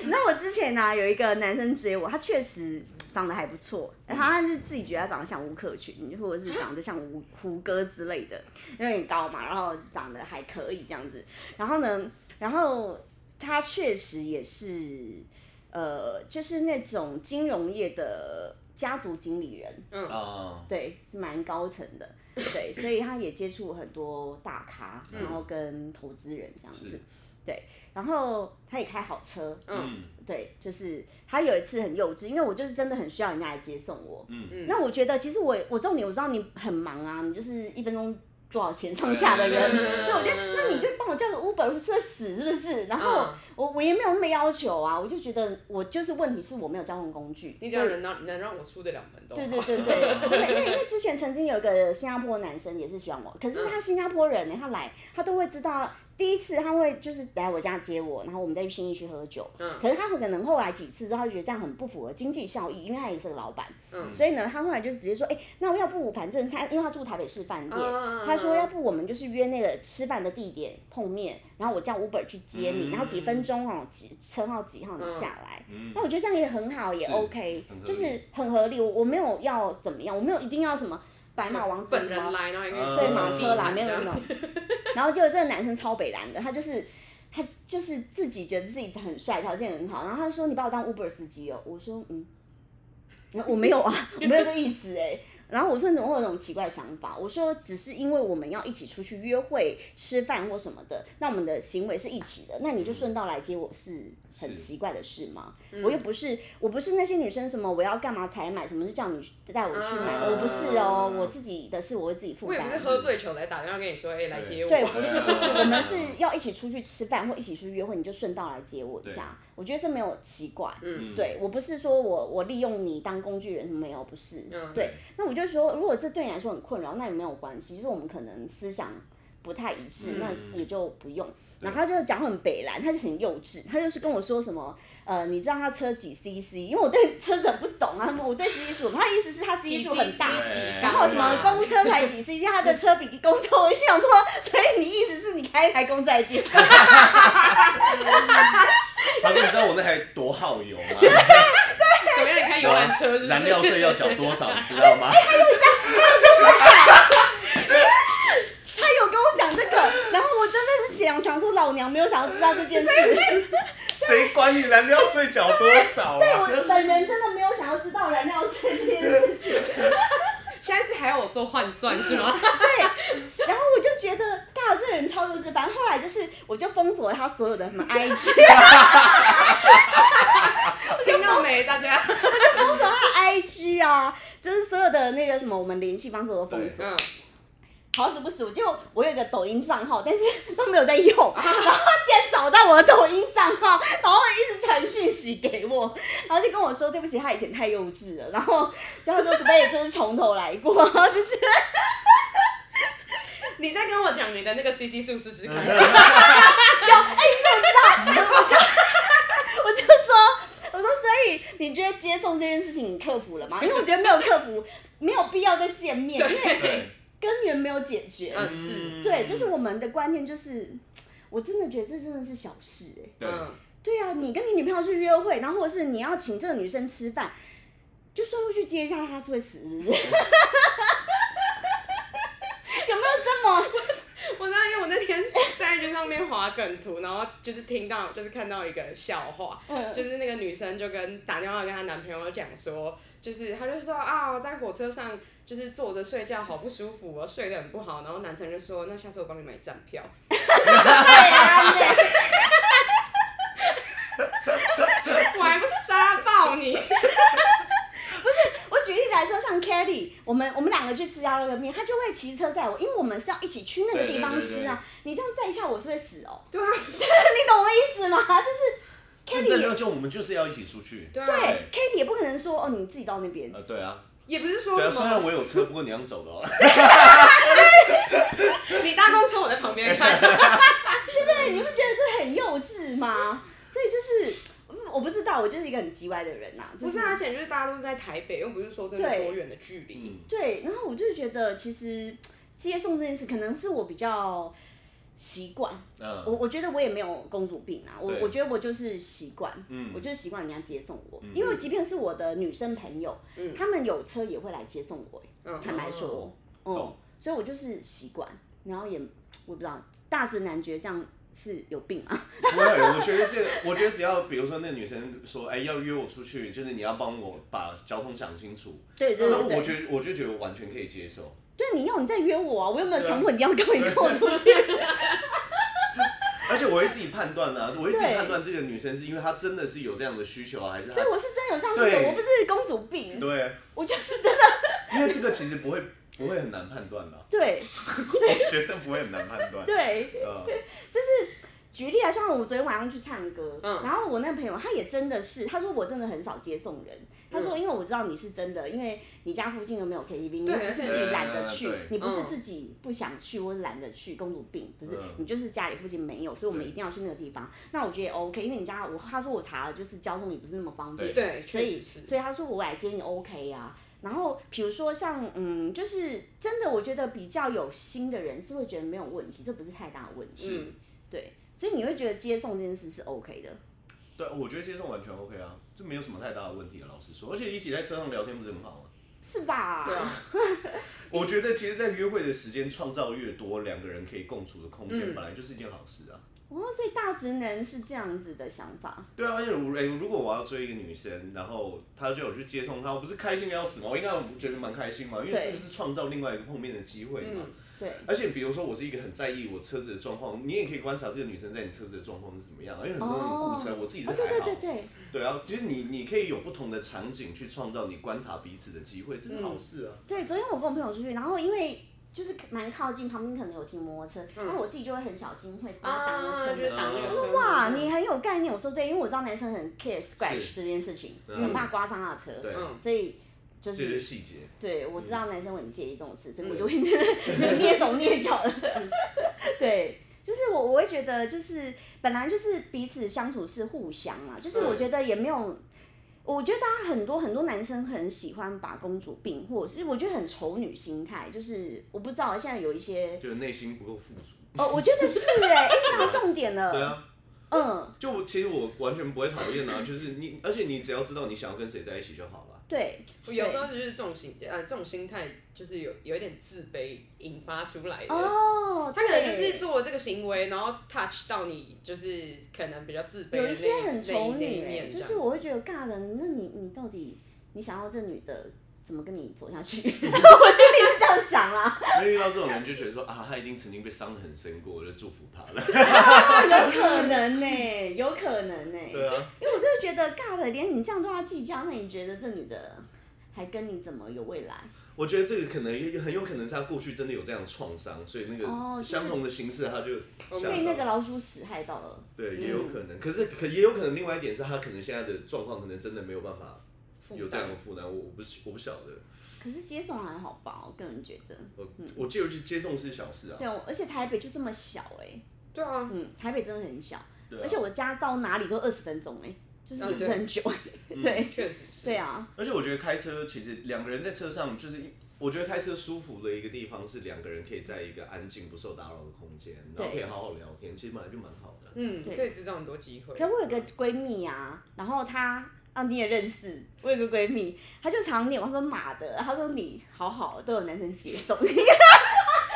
你知道我之前呢、有一个男生追我，他确实长得还不错，然后他就自己觉得他长得像吴克群，或者是长得像吴胡歌之类的，有点高嘛，然后长得还可以这样子。然后呢，然后他确实也是，呃，就是那种金融业的家族经理人。
嗯，
啊、
对，蛮高层的，对，所以他也接触很多大咖，
嗯
然后跟投资人这样子
是，
对，然后他也开好车，
嗯
嗯
对，就是他有一次很幼稚，因为我就是真的很需要人家来接送我，
嗯，
嗯
那我觉得其实我我重点我知道你很忙啊，你就是一分钟。多少钱上下的人？
嗯
那我就那你就帮我叫个 Uber 车死是不是？然
嗯
后我我也没有那么要求啊，我就觉得我就是问题是我没有交通工具，
你只要能让能让我出得了门都好
对对对对，真的，因为因为之前曾经有一个新加坡男生也是喜欢我，可是他新加坡人呢，他来他都会知道，第一次他会就是来我家接我，然后我们再去新义区喝酒。
嗯
可是他可能后来几次之后，他就觉得这样很不符合经济效益，因为他也是个老板，
嗯
所以呢，他后来就直接说，哎、那要不反正他因为他住台北市饭店，
嗯
他说要不我们就是约那个吃饭的地点碰面，然后我叫 Uber 去接你，
嗯
然后几分钟哦，几车号几号你
嗯
下来，
嗯
那我觉得这样也很好，也
是
OK，
很合理
就是很合理。我我没有要怎么样，我没有一定要什么白哎马王子
本
什
人
么
来，然后还可以
嗯
对马车啦，
嗯
没有没 有没有。然后结果这个男生超北蓝的，他就是他就是自己觉得自己很帅，条件很好，然后他说你把我当 Uber 司机哦，我说嗯，我没有啊，我没有这意思哎、然后我说你怎么会有这种奇怪的想法？我说只是因为我们要一起出去约会、吃饭或什么的，那我们的行为是一起的，那你就顺道来接我是很
是
奇怪的事吗？我又不是我不是那些女生什么我要干嘛才买什么就叫你带我去买，
啊
我不是哦，我自己的事我会自己负
我也
担
不。是喝醉酒来打电话跟你说，哎、来接我。
对，不是不是，我们是
嗯
要一起出去吃饭或一起出去约会，你就顺道来接我一下。我觉得这没有奇怪。
嗯
对我不是说我我利用你当工具人什么没有，不是。
嗯
对，那我就说，如果这对你来说很困扰，那也没有关系，就是我们可能思想不太一致，
嗯
那也就不用。然后他就讲很北蓝，他就很幼稚，他就是跟我说什么，呃，你知道他车几 CC？因为我对车子很不懂啊，我对 CC 数，他的意思是他 CC 数
哎
很大，
CC
哎然
然
后什么公车才几 cc，他的车比公车，我就想说，所以你意思是你开一台公车来接我？
他说你知道我那台多耗油吗？
怎么样？你开游览车是不是？
燃料税要缴多少，你知道吗？
他有跟我讲这个，然后我真的是想想说，老娘没有想要知道这件事，
谁管你燃料税缴多少
对
啊？
我本人真的没有想要知道燃料税这件事情。
现在是还要我做换算是吗？
然后我就觉得，尬，这个人超幼稚。反正后来就是，我就封锁了他所有的什么啊 IG，
听到没，大 家？
封锁他的 IG 啊，就是所有的那个什么，我们联系方式我都封锁。
嗯，
好死不死，我就我有一个抖音账号，但是都没有在用，然后竟然找到我的抖音账号，然后一直传讯息给我，然后就跟我说对不起，他以前太幼稚了，然后然后说可不可以就是从头来过， 然后就是
你再跟我讲你的那个 CC 数试试看。
嗯
我就说我说所以你觉得接送这件事情你克服了吗？因为我觉得没有克服，没有必要再见面，因为
对，
根源没有解决。
嗯是
对，就是我们的观念就是，我真的觉得这真的是小事哎、
对，
嗯，
对啊，你跟你女朋友去约会，然后或者是你要请这个女生吃饭，就顺路去接一下，她是会死是不是？有没有这么？
我知道，因为我那天在 IG 上面滑梗图，然后就是听到，就是看到一个笑话，
嗯
就是那个女生就跟打电话跟她男朋友讲说，就是她就说啊，我在火车上就是坐着睡觉好不舒服哦，我睡得很不好。然后男生就说，那下次我帮你买站票。
对啊，对
我还不杀爆 你！
我举例来说，像 Kelly，我们我们两个去吃鸭肉面，她就会骑车载我，因为我们是要一起去那个地方吃啊。你这样载一下，我是会死哦。
对啊，
你懂我意思吗？就是
认真
Kelly，
的就我们就是要一起出去。
对啊
对 Kelly 也不可能说哦，你自己到那边。
呃，对啊，
也不是说
对啊，
什
虽
么
然我有车，不过你要走 的哦。
你搭公车，我在旁边看。
对，你不觉得这很幼稚吗？所以就是，嗯我不知道，我就是一个很叽歪的人呐、就
不是啊，而且就是大家都是在台北，又不是说真的
对
多远的距离。
嗯，
对，然后我就觉得其实接送这件事，可能是我比较习惯，我
嗯，
我觉得我也没有公主病啊，我
对
我觉得我就是习惯，
嗯
我就是习惯人家接送我，因为即便是我的女生朋友，
嗯
他们有车也会来接送我、欸
嗯
坦白说，嗯
哦懂，
所以我就是习惯，然后也我不知道大直男觉得这样是有病 啊。
不会，我觉得这个，我觉得只要比如说那女生说，哎，要约我出去，就是你要帮我把交通想清楚，
对对
那
对对，
我觉得我就觉得我完全可以接受。
对，你要你再约我啊！我又没有
对啊
强迫你一定要跟我你跟我出去。
而且我会自己判断啊，我会自己
对
判断这个女生是因为她真的是有这样的需求啊，还是她
对，我是真的有这样子
对
的，我不是公主病，
对，
我就是真的
因为这个其实不会不会很难判断啦，
对
我觉得不会很难判断。
对。
嗯
呃，
举例来说，我昨天晚上去唱歌，
嗯
然后我那个朋友他也真的是，他说我真的很少接送人，他
嗯
说因为我知道你是真的，因为你家附近又没有 KTV，你
对
又不是自己懒得去
而且，
你不是
嗯
自己不想去或者懒得去，公主病不是
嗯，
你就是家里附近没有，所以我们
对
一定要去那个地方。那我觉得也 OK，因为你家我他说我查了，就是交通也不是那么方便，
对，
所以
确实是。
所以他说我来接你 OK 啊。然后比如说像嗯，就是真的，我觉得比较有心的人是会觉得没有问题，这不是太大的问题。
嗯，
对，所以你会觉得接送这件事是 OK 的。
对，我觉得接送完全 OK 啊，这没有什么太大的问题啊，老实说，而且一起在车上聊天不是很好吗？
是吧？
对啊，
我觉得其实，在约会的时间创造越多，两个人可以共处的空间，
嗯
本来就是一件好事啊。
哦，所以大直男是这样子的想法，
对啊，因为如哎、如果我要追一个女生，然后她就有去接送她，我不是开心的要死吗？我应该我觉得蛮开心嘛，因为
对
这个是创造另外一个碰面的机会嘛。
嗯
对，
而且比如说，我是一个很在意我车子的状况，你也可以观察这个女生在你车子的状况是怎么样啊，因为很多人
哦
顾车，我自己是
哦，
还好。
对对对对，
对啊，其实你你可以有不同的场景去创造你观察彼此的机会，这是
嗯
好事啊。
对，昨天我跟我朋友出去，然后因为就是蛮靠近，旁边可能有停摩托车，
嗯
那、我自己就会很小心，会把它挡
啊，
在车
就
门。
是挡那个车。
哇，你很有概念，我说对，因为我知道男生很 care scratch 这件事情，
嗯
很怕刮伤他的车，
对，
嗯
所以就
这就是
是
细节。
对我知
嗯
道男生会很介意这种事，所以我就会 蹑手蹑脚的，
嗯
对。就是我，我会觉得，就是本来就是彼此相处是互相嘛，就是我
对
觉得也没有，我觉得大家很多很多男生很喜欢把公主病，或者是我觉得很丑女心态，就是我不知道现在有一些，
就是内心不够富足。
哦，我觉得是哎、欸，因为讲到重点
对
了，
啊，
嗯，
就我其实我完全不会讨厌啊，就是你，而且你只要知道你想要跟谁在一起就好了。
对，
我有时候就是这种心，呃，这种心态就是有有一点自卑引发出来的。
哦，
他可能就
对
是做了这个行为，然后 touch 到你，就是可能比较自卑的那
有一些很丑
那一
女、欸
面，这
就
样子，
是我会觉得尬的，那你你到底你想要这女的怎么跟你走下 去？我 心里是这样想啦，
因为遇到这种人就觉得说啊，他一定曾经被伤得很深过，我就祝福他了。
啊有可能呢、有可能呢、
对啊，
因为我就是觉得尬的，连你这样都要计较，那你觉得这女的还跟你怎么有未来？
我觉得这个可能也很有可能是他过去真的有这样的创伤，所以那
哦
个
就是
相同的形式他就
我
想
被那
到
个老鼠屎害到了。
对也有可能，可是可也有可能另外一点是他可能现在的状况可能真的没有办法
负
有这样
担
的负担，我我不是我不晓得。
可是接送还好吧，我个人觉得。
我我记得去接送是小事啊，
对，我而且台北就这么小哎、
对啊，
嗯，台北真的很小，
对啊
而且我家到哪里都二十分钟哎、就是
啊
也不是
对
很久哎、对
确实是。
对啊，
而且我觉得开车其实两个人在车上就是一，我觉得开车舒服的一个地方是两个人可以在一个安静不受打扰的空间，然后可以好好聊天，其实本来就蛮好的。
嗯，
对
可以制造很多机会。
可我有个闺蜜啊，然后她啊你也认识，我有个闺蜜，她就常念我说马的，她说你好好都有男生接送，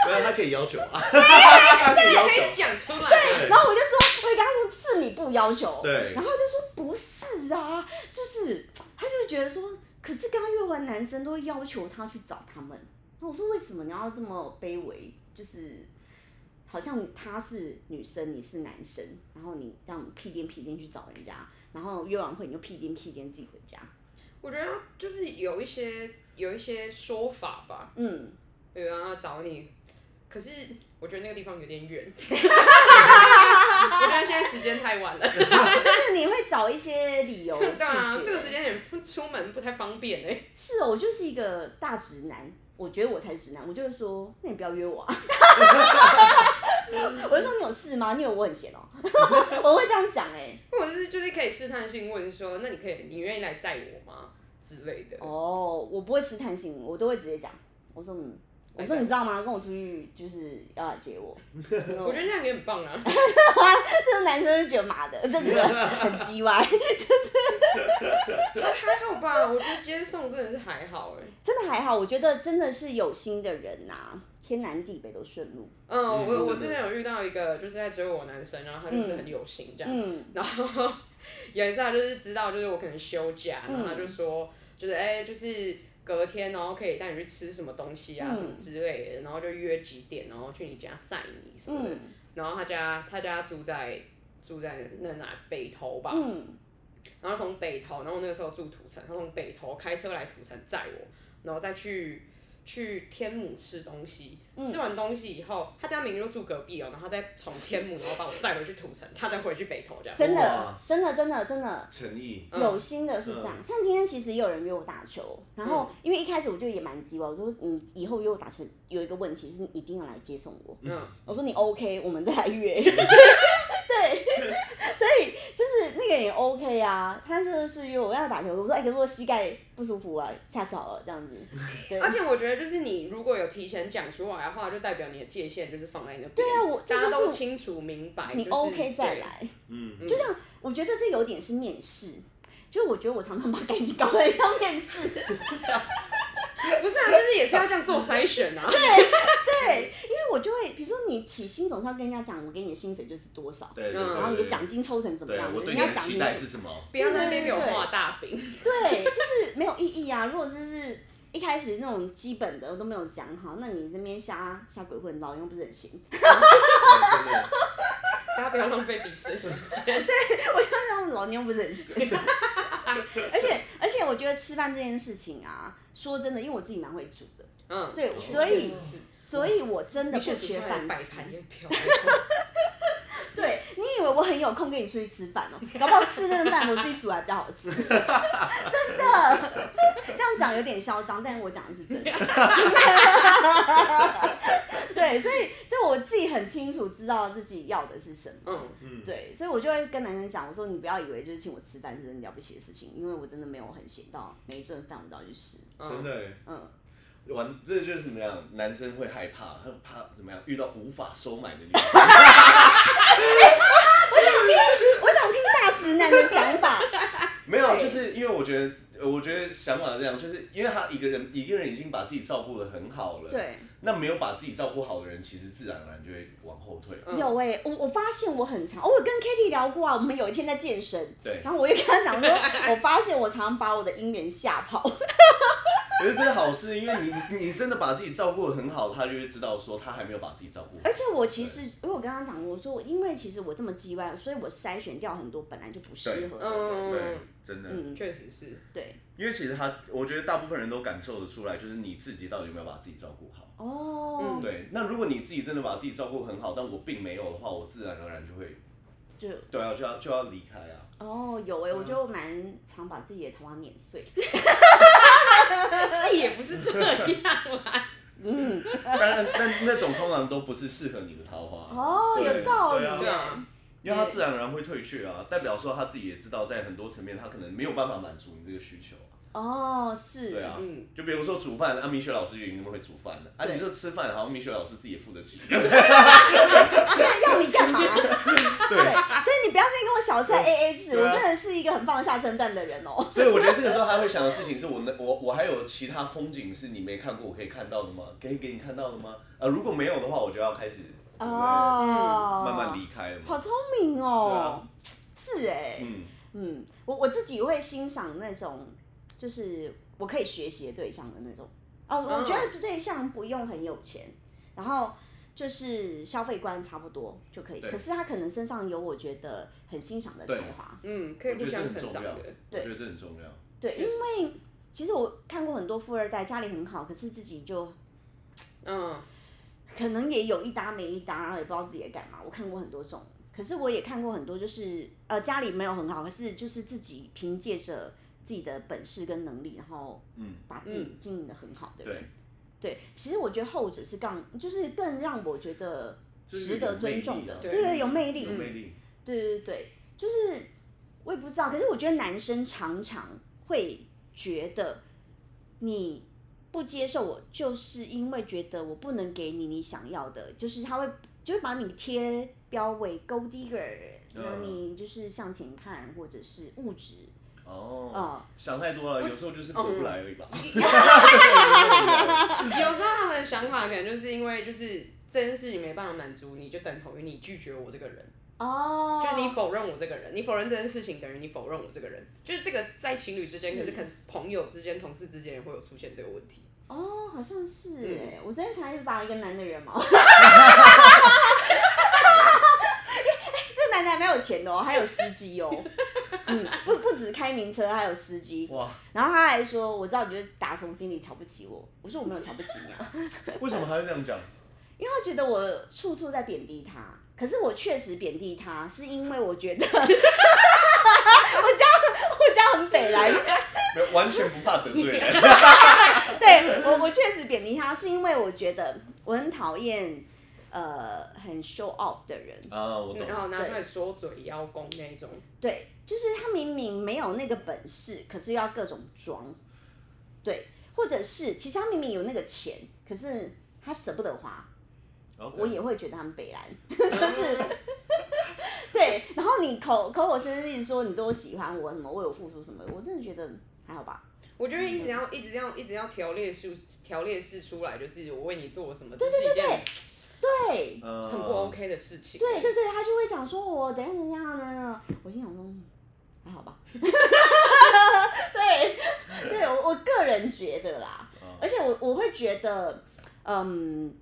对啊，他可以要求啊，他可以要
可以
求。
讲出来 啊。
然后我就说，我也跟她说是你不要求，
对
然后她就说不是啊，就是她就觉得说，可是刚约完男生都会要求她去找他们，那我说为什么你要这么卑微，就是。好像他是女生，你是男生，然后你这样屁颠屁颠去找人家，然后约完会你就屁颠屁颠自己回家，
我觉得就是有一些有一些说法吧，
嗯，
有人要找你，可是我觉得那个地方有点远。 我觉得现在时间太晚 了。
就是你会找一些理由
对啊，
拒
这
绝
个时间点出门不太方便哎。
是哦，我就是一个大直男，我觉得我才是直男，我就会说，那你不要约 我、啊。我就说你有事吗？你以为我很闲哦、 我会这样讲哎、
或者是就是可以试探性问说，那你可以，你愿意来载我吗之类的。
哦，我不会试探性，我都会直接讲。我说嗯，
哎
我说你知道吗？跟我出去就是要来接我。 哦
我觉得这样也很棒啊，
就是男生就觉得妈的，这女的很鸡歪，
还好吧？我觉得接送真的是还好哎、
真的还好，我觉得真的是有心的人呐、天南地北都顺路。
嗯，我我
真的
之前有遇到一个就是在追我的男生，然后他就是很有心这样，
嗯，
然后有一次他就是知道就是我可能休
嗯
假，然后他就说就是哎、就是隔天然后可以带你去吃什么东西啊、
嗯
什么之类的，然后就约几点，然后去你家载你什么的。
嗯
然后他家他家住在住在那哪北头吧，
嗯，
然后从北投，然后我那个时候住土城，他从北投开车来土城载我，然后再去去天母吃东
嗯
西。吃完东西以后，他家明明就住隔壁哦，然后他再从天母，然后把我载回去土城，他再回去北投这样。
真的
哇，嗯
真的，真的，真的，
诚意，
有心的是这样，像今天其实也有人约我打球，然后
嗯
因为一开始我就也蛮鸡巴，我就说你以后约我打球有一个问题是你一定要来接送我，
嗯，
我说你 OK，我们再来 约，对，所以就是那个人也 OK 啊，他就是约我要打球，我说哎、可是我膝盖不舒服啊，下次好了这样 子，对
而且我觉得就是你如果有提前讲出来的话，就代表你的界限就是放在那边。对
啊我这
大家
就是
都清楚明白。
你
就是
OK 再。来，
嗯，
就像我觉得这有点是面试。就我觉得我常常把感情搞得要面试，
对不是啊，就是也是要这样做筛选啊。对，
对，因为为我就会，比如说你起薪总是要跟人家讲，我给你的薪水就是多少，
对
嗯
对对，
然后你的
对
奖金抽成怎么
对
样，
我对
人
你
家
的
讲
期
清
待
楚
是。什么？
不要在那边给我
对
画大饼。
对， 就是没有意义啊。如果就是一开始那种基本的都没有讲好，那你这边瞎瞎鬼混，老用不是很行。
对真的。
大家不要浪费彼此的时间。
我相信他们老妞不是很行。 而且而且，我觉得吃饭这件事情啊，说真的，因为我自己蛮会煮的，
嗯，
对，
哦
所
确
以
实是
所以我真的不
你选出
缺
来
饭
的摆
吃。
盘也漂亮。
对你以为我很有空跟你出去吃饭哦、搞不好吃那顿饭我自己煮还比较好吃，真的。这样讲有点嚣张，但是我讲的是真的。 对，所以就我自己很清楚知道自己要的是什么。
嗯，
对，所以我就会跟男生讲，我说你不要以为就是请我吃饭是很了不起的事情，因为我真的没有很闲到每一顿饭我都要去吃。
真
嗯，
的欸
嗯，
玩，这就是怎么样？男生会害怕，很怕怎么样？遇到无法收买的女生，
我想听大直男的想法。
没有，就是因为我觉得，呃我觉得想法是这样，就是因为他一个人，一个人已经把自己照顾的很好了，，
对，
那没有把自己照顾好的人，其实自然而然就会往后退，
嗯
有哎、我我发现我很常，哦我有跟 Kitty 聊过啊，我们有一天在健身，
对，
然后我就跟他讲 说，我发现我常常把我的姻缘吓跑。
可是这是好事，因为你你真的把自己照顾的很好，他就会知道说他还没有把自己照顾好
而。且我其实，因为我跟他讲，我说我因为其实我这么叽歪，所以我筛选掉很多本来就不适合的人。
嗯
对，真的，
嗯，
确实 是。
对，
因为其实他，我觉得大部分人都感受得出来，就是你自己到底有没有把自己照顾好。
哦，
对，那如果你自己真的把自己照顾很好，但我并没有的话，我自然而然就会，
就
对啊，就要就要离开啊。
哦有哎、我就蛮常把自己的桃花碾碎。
但是也不是这样啦。
嗯，
当然，那那种通常都不是适合你的桃花。
哦，
对
有道理
对啊
对啊，
因为他自然而然会退却啊，代表说他自己也知道，在很多层面他可能没有办法满足你这个需求啊。
哦，是，
对啊，
嗯
就比如说煮饭，啊，米雪老师就一定会煮饭的，啊，
对
你说吃饭，好像米雪老师自己也付得起。
那要你干嘛？
对，
所以你不要那边跟我小菜 A A 制，
对
我
啊
真的哎是一个很放下身段的人哦。
所以我觉得这个时候他会想的事情是我能我我还有其他风景是你没看过，我可以看到的吗？可以给你看到的吗？呃，如果没有的话，我就要开始对不对
哦，
嗯慢慢离开了嘛。
好聪明
对
哦
啊。
是哎、
嗯，
嗯，我我自己会欣赏那种，就是我可以学习的对象的那种。哦，我
啊
嗯
觉得对象不用很有钱，然后就是消费观差不多就可以。
对
可是他可能身上有我觉得很欣赏的才
对
华。
嗯，可以
我
互
觉得这
相
很
成
重
长
要，
的。
我觉得这很重要。
对，
确
因
实
为其实我看过很多富二代，家里很好，可是自己就
嗯，
可能也有一搭没一搭，然后也不知道自己在干嘛。我看过很多种，可是我也看过很多，就是呃家里没有很好，可是就是自己凭借着自己的本事跟能力，然后
嗯，
把自己经营的很好的人。
对，
对，其实我觉得后者是更，就是更让我觉得
就是
值得
有
尊
魅
重
力
的，
啊
对对，有魅力，
有魅力。
对对对，就是我也不知道，可是我觉得男生常常会觉得你不接受我，就是因为觉得我不能给你你想要的，就是他会就是把你贴标为 gold digger，那
嗯
你就是向前看或者是物质
哦，
啊、
想太多了，有时候就是过不来而已吧。
有时候他们的想法可能就是因为就是这件事情没办法满足你，就等同于你拒绝我这个人。
哦，
就你否认我这个人，你否认这件事情，等于你否认我这个人。就是这个在情侣之间，
是
可是可能朋友之间、同事之间也会有出现这个问题。
哦，好像是
嗯
哎、我昨天才把一个男的人哦毛。这男的还蛮有钱的哦，还有司机 哦，嗯，不不止开名车，还有司机。
哇，
然后他还说，我知道你就是打从心里瞧不起我。我说我没有瞧不起你啊，
为什么还会这样讲？
因为他觉得我处处在贬低他。可是我确实贬低他，是因为我觉得 我家我家很北来，
没有，完全不怕得罪 人。
对我，我确实贬低他，是因为我觉得我很讨厌呃很 show off 的人。
啊，我懂
嗯。然后拿出来说嘴邀功那一种，
对，就是他明明没有那个本事，可是又要各种装。对，或者是其实他明明有那个钱，可是他舍不得花，我
OK，
也会觉得他们北蓝， 就是。对，然后你口口口声声一直说你都喜欢我，什么为我付出什么，我真的觉得还好吧。
我觉得一直要一直要一直要条列式条列式出来，就是我为你做了什么，这是一件
对对
嗯，
很不 OK 的事情。
对对对，他就会讲说我怎样怎样呢？我心想说，嗯还好吧。对， 对我我个人觉得啦，而且我我会觉得，嗯，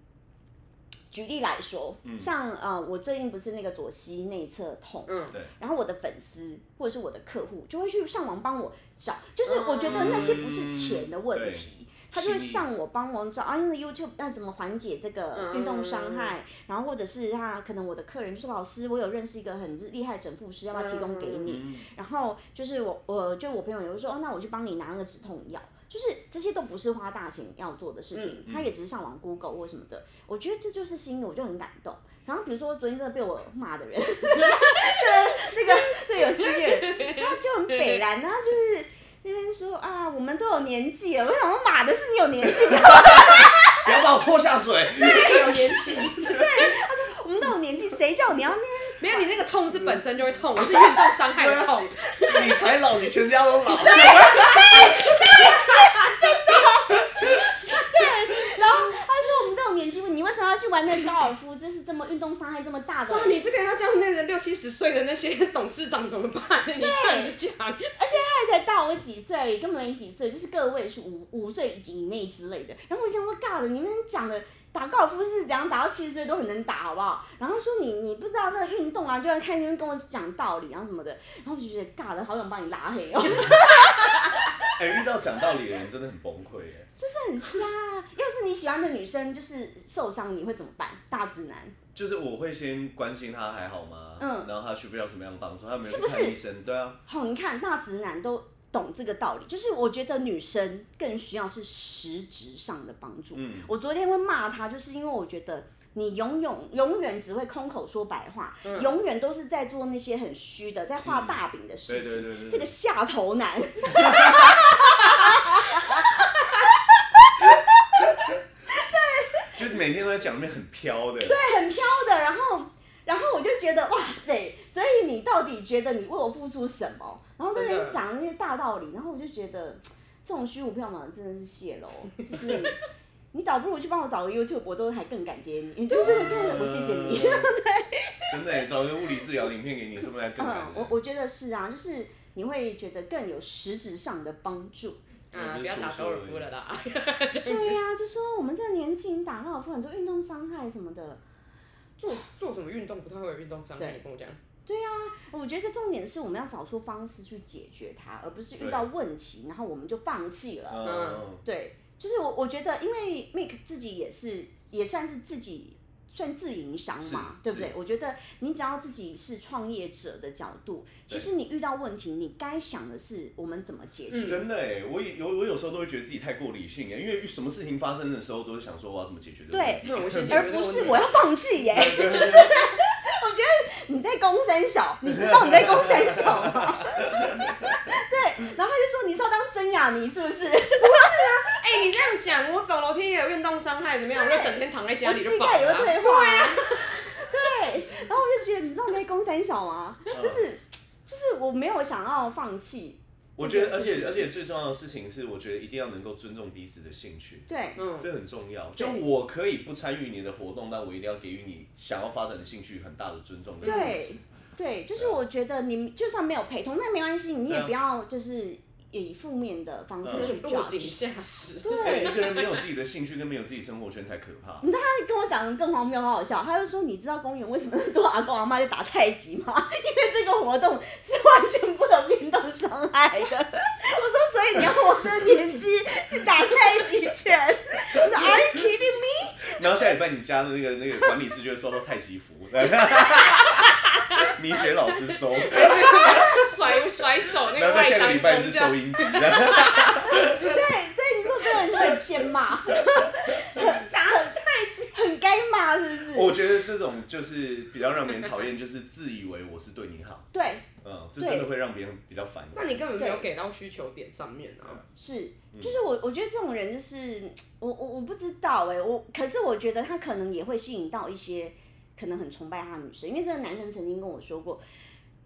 举例来说，像呃，我最近不是那个左膝内侧痛，
嗯，
然后我的粉丝或者是我的客户就会去上网帮我找，就是我觉得那些不是钱的问题。他就会
心意
上我帮忙找啊，因为 YouTube 那怎么缓解这个运动伤害，然后或者是他可能我的客人就说老师，我有认识一个很厉害的整复师，要不要提供给你？
嗯
然后就是我，我就我朋友也会说，哦，那我去帮你拿那个止痛药，就是这些都不是花大钱要做的事
嗯
情，他也只是上网 Google 或什么的，我觉得这就是新的，我就很感动。然后比如说昨天真的被我骂的人， 那个这有私怨，他就很北然，然后就是那边说啊，我们都有年纪了，我想说骂的是你有年纪，
不要把我拖下水。
有年纪，
我们都有年纪，谁叫你要面？
没有你那个痛是本身就会
嗯
痛，我是运动伤害 的痛。
你才老，你全家都老。
然后他说我们都有年纪，你为什么要去玩那个高尔夫？就是这么运动伤害这么大的
哇，你这个要叫那个六七十岁的那些 董事长怎么办？你这样子 讲，
才大我几岁而已，根本没几岁，就是个位数五五岁以内之类的。然后我想说，尬的，你们讲的打高尔夫是怎样打到七十岁都很能打，好不好？然后说你你不知道那个运动啊，就要看那边跟我讲道理，然后什么的。然后我就觉得尬的，好想把你拉黑哦，
哎、遇到讲道理的人真的很崩溃哎。
就是很瞎啊。要是你喜欢的女生就是受伤，你会怎么办？大直男
就是我会先关心他还好吗？
嗯
然后他需不需要什么样的帮助？他有没有
是
去
不是
看医生？对啊，
好，你看大直男都懂这个道理，就是我觉得女生更需要是实质上的帮助。
嗯
我昨天会骂他，就是因为我觉得你永远永远只会空口说白话，
嗯
永远都是在做那些很虚的，在画大饼的事情。
对对对对对
这个下头男，
就是每天都在讲那边很飘的。
对，很飘的。然后，然后我就觉得哇塞，所以你到底觉得你为我付出什么？然后在那
真
边
的
讲那些大道理，然后我就觉得这种虚无缥缈真的是泄露，哦就是 你。你倒不如去帮我找个 YouTube，我都还更感激你，你就是更我谢谢你。
嗯真的耶，找一个物理治疗的影片给你，说不定还更感
嗯
人。，
我我觉得是啊，就是你会觉得更有实质上的帮助。
啊，
我
不
就
要
是
打
叔
高尔
叔而已
夫了啦。
对呀、就说我们这个年纪你打高尔夫很多运动伤害什么的。
做做什么运动不太会有运动伤害，你跟我讲。
我觉得重点是我们要找出方式去解决它，而不是遇到问题然后我们就放弃了。
嗯，
对，就是我我觉得，因为 Make 自己也是也算是自己算自营商嘛
是，
对不对
是？
我觉得你只要自己是创业者的角度，其
对
实你遇到问题，你该想的是我们怎么解
嗯
决。
真的哎，我也有我有时候都会觉得自己太过理性哎，因为什么事情发生的时候，都是想说我要怎么解决这个问题。
对嗯我先解决
而
这
不
个问
是
题
我要放弃耶、
对 对对
你在攻三小，你知道你在攻三小吗？ 对，然后他就说你是要当曾雅妮是不是？
哎、你这样讲，我走楼梯也有运动伤害，怎么样？我就整天躺在家
我
里
膝
就饱
盖也
了
会
啊、
退化、啊。 对，然后我就觉得你知道你在攻三小吗？
嗯
就是就是我没有想要放弃。
我觉得，而且而且最重要的事情是，我觉得一定要能够尊重彼此的兴趣。
对，
嗯，
这很重要。就我可以不参与你的活动，但我一定要给予你想要发展的兴趣很大的尊重跟支持。哎
对，
嗯
就是我觉得你就算没有陪同，那没关系，你也
对啊
不要就是以负面的方式去
落井
judge
下 石。
对，一个人没有自己的兴趣跟没有自己生活圈才可 怕。
他跟我讲的更荒谬，好好笑。他就说：“你知道公园为什么那么多阿公阿妈在打太极吗？ 因为这个活动是完全不能运动伤害的。”我 说：“所以你要我这个年纪去打太极拳？” 我说：“Are you kidding me？”
然后下礼拜你家的那个那个管理师就会收到太 极服， 米雪老师收，
甩甩手 那
然
个
后在
外
下个礼拜
单弓
是收
这
音机。
对，所以你说这个人是很欠骂，很打很太极，很该骂，是不是？
我觉得这种就是比较让别人讨厌，就是自以为我是对你好，
对，
嗯，这真的会让别人比较烦。
那你根本没有给到需求点上面啊。
是，就是我，我觉得这种人就是我，我我不知道哎、我可是我觉得他可能也会吸引到一些可能很崇拜他的女生，因为这个男生曾经跟我说过，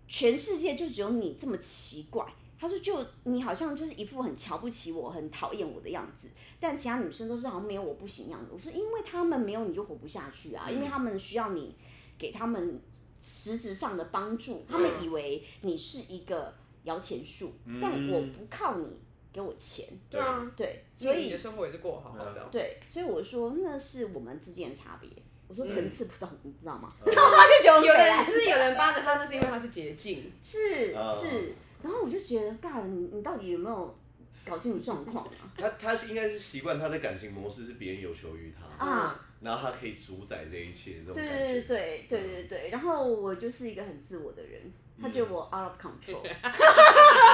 全世界就只有你这么奇怪，他说就你好像就是一副很瞧不起我、很讨厌我的样子，但其他女生都是好像没有我不行样子。我说因为他们没有你就活不下去啊，因为他们需要你给他们实质上的帮助，他们以为你是一个摇钱树，但我不靠你给我钱，
对啊，
对，
所
所
以你
以
的生活也是过得好好的。
对，所以我说那是我们之间的差别。我说层次不同，你知道吗？
嗯
然后他就觉得我
有的
北
人
兰
就是有的人扒着他，那是因为他是捷径。
是
哦
是，然后我就觉得，尬，你你到底有没有搞清楚状况啊？
他他是应该是习惯他的感情模式是别人有求于他，
啊
然后他可以主宰这一切，这种
对对
感觉。嗯
对对对对对，然后我就是一个很自我的人，他觉得我 out of control，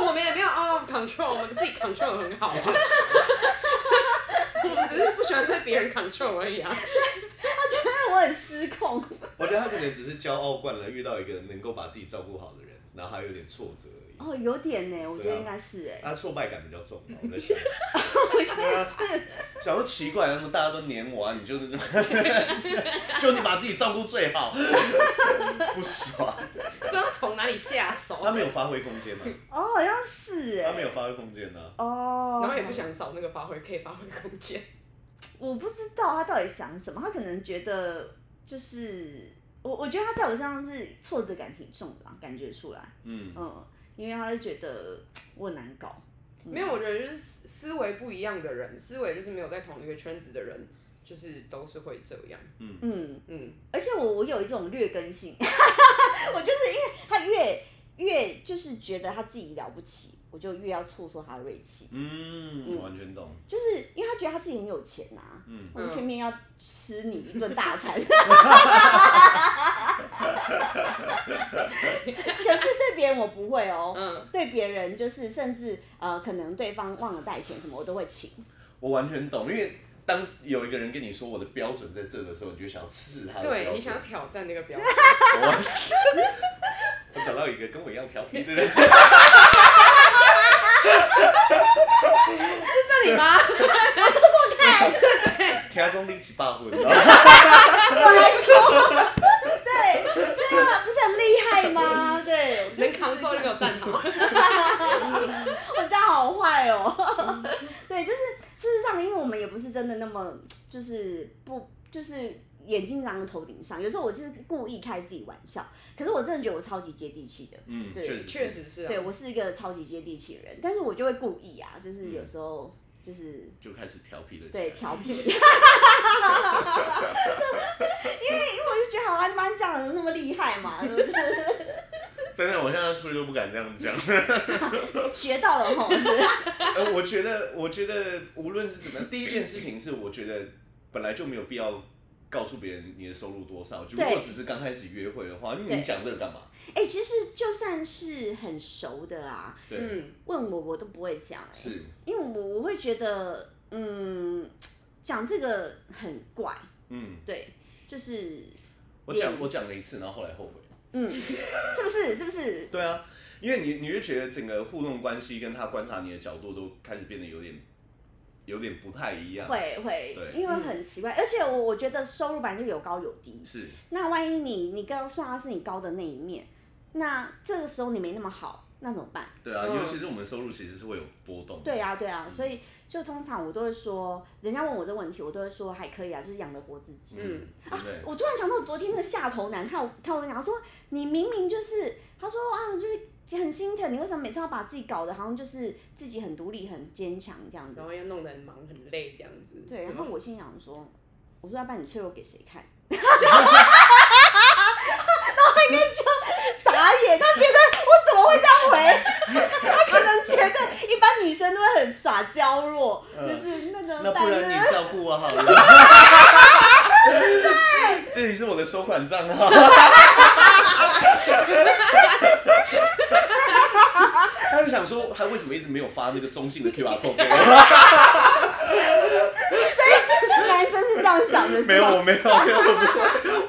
我们也没有 out of control，我们自己 control 很好啊。 我们只是不喜欢被别人 control 而已啊。
但我很失控。
我觉得他可能只是骄傲惯了，遇到一个能够把自己照顾好的人，然后他有点挫折而已。
哦，有点呢，我觉
对
得
啊
应该是哎，
他挫败感比较重吧，我在想。对啊，想说奇怪，那么大家都黏我啊，你就是 就你把自己照顾最好， 不爽。
不知道从哪里下手，
他没有发挥空间呢、啊
哦，好像是
他没
哎，
有发挥空间啊呢、
哦，
然后也不，想找那个发挥可以发挥的空间。
我不知道他到底想什么，他可能觉得就是我，我觉得他在我身上是挫折感挺重的吧，感觉出来，
嗯，
嗯，因为他就觉得我很难搞，嗯
没有，我觉得就是思思维不一样的人，思维就是没有在同一个圈子的人，就是都是会这样。
嗯。
嗯，
而且我我有一种劣根性， 我就是因为他越越就是觉得他自己了不起，我就越要挫挫他的锐气。
嗯，完全懂。
就是因为他觉得他自己很有钱呐、啊，
嗯
我们全面要吃你一顿大餐。可是对别人我不会哦，
嗯
对别人就是甚至呃，可能对方忘了带钱什么，我都会请。
我完全懂，因为当有一个人跟你说我的标准在这的时候，你就想要刺他的标准。
对你想要挑战那个标准，
我完全我找到一个跟我一样调皮 的人，
是这里吗？
天公拎起霸魂，
对，对啊，不是很厉害吗？对，我就
能扛 揍就给我站 好。
我这样好坏哦。 对，就是事实上，因为我们也不是真的那么，就是不就是眼睛长在头顶上。有时候我是故意开自己玩笑，可是我真的觉得我超级接地气的。
嗯，
对
确实，
确，实是、啊，
对我是一个超级接地气的人，但是我就会故意啊，就是有时候就是
就开始调皮了起来。
对调皮。因为 因为我就觉得好啊，你把你讲的那么厉害嘛，就是
真的，我现在出去都不敢这样讲。
学到了吼，就是
呃，我觉得，我觉得无论是怎么样，第一件事情是，我觉得本来就没有必要告诉别人你的收入多少。就如果
对
只是刚开始约会的话，因为
对
你讲这个干嘛？
哎、其实就算是很熟的啊，
对，
嗯，
问我我都不会讲、欸，
是，
因为我我会觉得，嗯，讲这个很怪，
嗯，
对，就是，
我讲
脸
我讲了一次，然后后来后悔。
嗯，是不是？是不是？
对啊，因为你你会觉得整个互动关系跟他观察你的角度都开始变得有点有点不太一样。
会会
对，
因为很奇怪，而且我我觉得收入本来就有高有低，
是，
那万一你你告诉他是你高的那一面，那这个时候你没那么好，那怎么办？
对啊，
嗯
尤其是我们收入其实是会有波动。
对，啊，对啊，所以就通常我都会说，人家问我这问题，我都会说还可以啊，就是养得活自己。
嗯，对不对？
我突然想到昨天那个下头男，他有他有讲说，你明明就是，他说啊，就是很心疼你，为什么每次要把自己搞得好像就是自己很独立、很坚强这样子
然？后又弄得很忙很累这样子。
对，
是
然
吗
后我心想说，我说要把你脆弱给谁 看？ 然后他应该就傻眼，他觉得我怎么会这样回？ 他可能觉得一般女生都会很耍娇弱，就是那个
嗯那不然
呢
你照顾我好了。这里是我的收款账号。他就想说，他为什么一直没有发那个中性的 QR code 给 我？
男生是这样想的，是
没有，
吧
我没有，没有，我不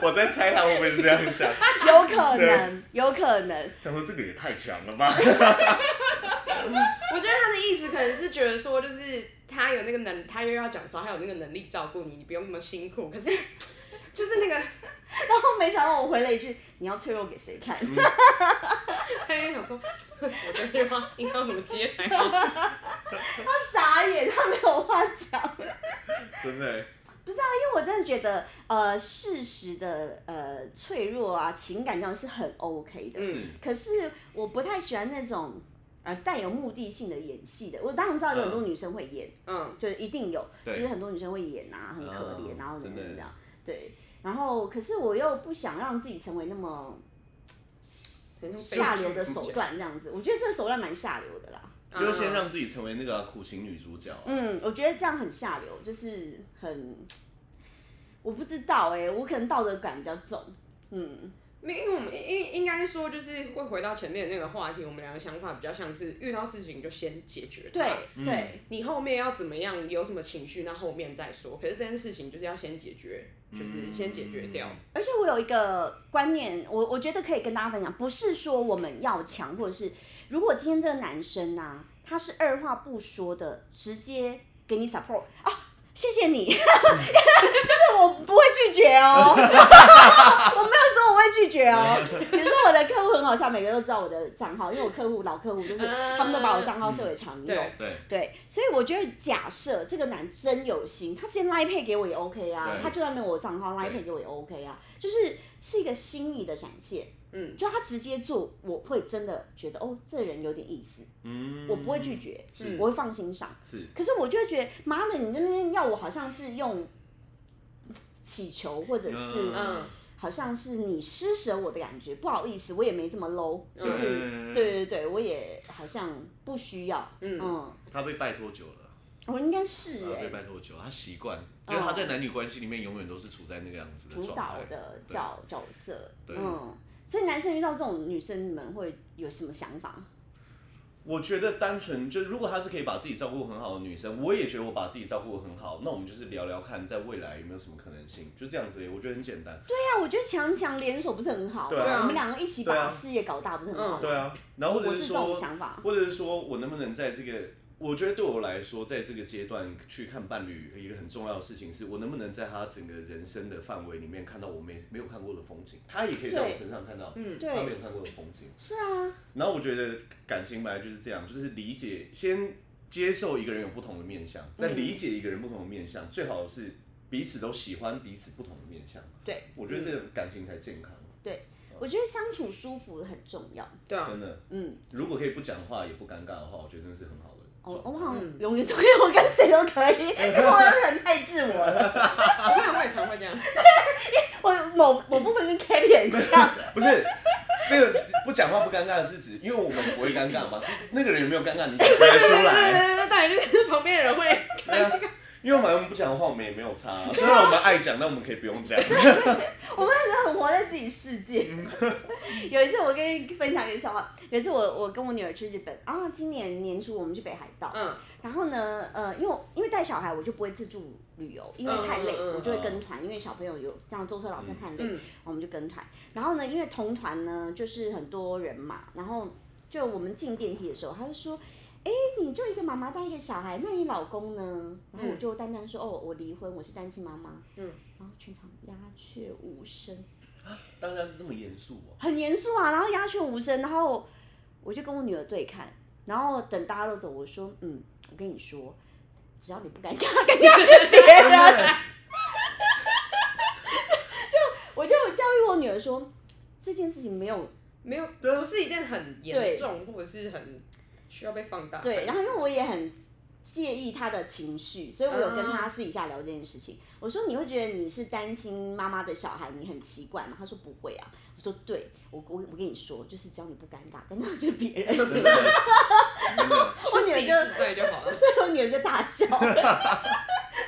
会我在猜他会不会是这样想。
有可
对
能，有可能。
想说这个也太强了 吧？
我觉得他的意思可能是觉得说，就是他有那个能，他又要讲说他有那个能力照顾你，你不用那么辛苦。可是 就是那个， 嗯
然后没想到我回了一句：“你要脆弱给谁看
他又想说， 我这句话应该要怎么接才好？
傻眼，他没有话讲。
真的欸，
因为我真的觉得，呃，事实的呃脆弱啊，情感这样是很 OK 的。
嗯
是
可是我不太喜欢那种呃带有目的性的演戏的。我当然知道有很多女生会演，
嗯，
就是一定有，就
对
是很多女生会演啊，很可怜，
哦
嗯
然后怎么怎
真的
么样，对。然后，可是我又不想让自己成为那么
很像
下
悲剧
流的
主
手
角，
段这样子，我觉得这个手段蛮下流的啦。
就是先
嗯
让自己成为那个啊苦情女主角啊。
嗯，我觉得这样很下流，就是很，我不知道哎、我可能道德感比较重，嗯，
没，因为我们应应应该说就是会回到前面那个话题，我们两个想法比较像是遇到事情就先解决它。
对对，
你后面要怎么样，有什么情绪，那后面再说。可是这件事情就是要先解决，就是
嗯
先解决掉。
而且我有一个观念，我我觉得可以跟大家分享，不是说我们要强，或者是如果今天这个男生啊，他是二话不说的直接给你 support 啊，谢谢你， 就是我不会拒绝哦，我 没有说我会拒绝哦。比如说我的客户很好笑，每个都知道我的账号，因为我客户老客户就是他们都把我账号设为常用。
对
对，
对，所以我觉得，假设这个男真有心，他先拉配给我也 OK 啊，
对
他就算没有我账号拉
对
配给我也 OK 啊，就是是一个心意的展现。
嗯，
就他直接做，我会真的觉得哦，这人有点意思，
嗯，
我不会拒绝，
是
我会放心上。
是
可是我就会觉得，妈的，你那边要我好像是用乞求，或者是、
嗯，
好像是你施舍我的感觉，不好意思，我也没这么 low，就是、
嗯
对对对，我也好像不需要，嗯。
他被拜托久了。
我应该是
他
哎、
被拜托久了，他习惯，因为他在男女关系里面永远都是处在那个样子的
主
状
导
态。
的
对
角角色，
对
嗯，所以男生遇到这种女生，你们会有什么想法？
我觉得单纯就如果她是可以把自己照顾很好的女生，我也觉得我把自己照顾得很好，那我们就是聊聊看，在未来有没有什么可能性，就这样子而已，我觉得很简单。
对呀、我觉得强强联手不是很好，
对啊
我们两个一起
对
把
啊
事业搞大不是很
嗯
好吗？
对啊，然后或者
我是这种
说，
想法
或者是说我能不能在这个，我觉得对我来说，在这个阶段去看伴侣一个很重要的事情是，我能不能在他整个人生的范围里面看到我没没有看过的风景，他也可以在我
对
身上看到，
嗯
对
他没有看过的风景。
是啊，
然后我觉得感情本来就是这样，就是理解，先接受一个人有不同的面相，再理解一个人不同的面相，最好是彼此都喜欢彼此不同的面相。
对，
我觉得这种感情才健康，啊
对，我觉得相处舒服很重要。
对啊，
真的。
嗯，
如果可以不讲话也不尴尬的话，我觉得那是很好的
哦我
状态。
我好像永远都可以，我跟谁都可 以，因为我有点太自我了。
我朋友我也常会这样。
我某某部分跟 Kelly 很像，
不是。这个不讲话不尴尬是指，因为我们不会尴尬嘛，是那个人有没有尴尬，你感觉得出来。
对对 对，就是 旁边的人会。
对啊，因为我们不讲话，我们也没有差、啊。虽然我们爱讲，但我们可以不用讲。
我们真的很活在自己世界。有一次我跟你分享一个笑话，有一次我我跟我女儿去日本啊，今年年初我们去北海道，
嗯
然后呢，呃，因为我因为带小孩我就不会自助旅游，因为太累，
嗯嗯嗯
我就会跟团，因为小朋友有这样舟车劳顿太累，
嗯
我们就跟团。然后呢，因为同团呢就是很多人嘛，然后就我们进电梯的时候，他就说。哎，你就一个妈妈带一个小孩，那你老公呢？然后我就淡淡说，哦，我离婚，我是单亲妈妈。
嗯，
然后全场鸦雀无声，
当然这么严肃哦。
很严肃啊，然后鸦雀无声，然后我就跟我女儿对看，然后等大家都走，我说，嗯，我跟你说，只要你不尴尬，尴尬是别人。我就教育我女儿说，这件事情没有
没有，
对啊
不是一件很严重或者是很需要被放大。
对，然后因 为我也很介意她的情绪，所以我有跟她私底下聊这件事情。我说你会觉得你是单亲妈妈的小孩，你很奇怪吗？她说不会啊。我说对，我我我跟你说，就是只要你不尴尬，尴尬就是别人。
真的，真的，
我女
自
儿
己
就
自在就好了。
我女儿就大笑。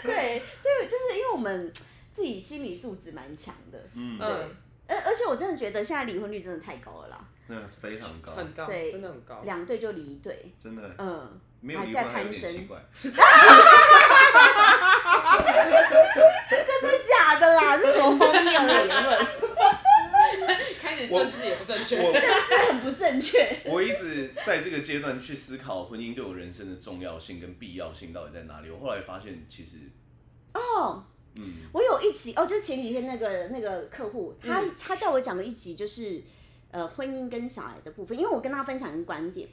对，所以就是因为我们自己心理素质蛮强的，
嗯，
嗯，
而而且我真的觉得现在离婚率真的太高了啦，
那非常高，
很高，
对
真的很高。
两对就离一对，
真的
嗯，
没有
还
离
在
婚还有
攀
点奇
升，
怪。
真的假的啦？这什么荒谬的言 论？
开始政治也不正确。
我
这很不正确。
我一直在这个阶段去思考婚姻对我人生的重要性跟必要性到底在哪里。我后来发现，其实
哦，
嗯，
嗯我有一集哦，就是前几天那个那个客户，他、他叫我讲的一集就是。呃婚姻跟小孩的部分，因为我跟他分享一个观点，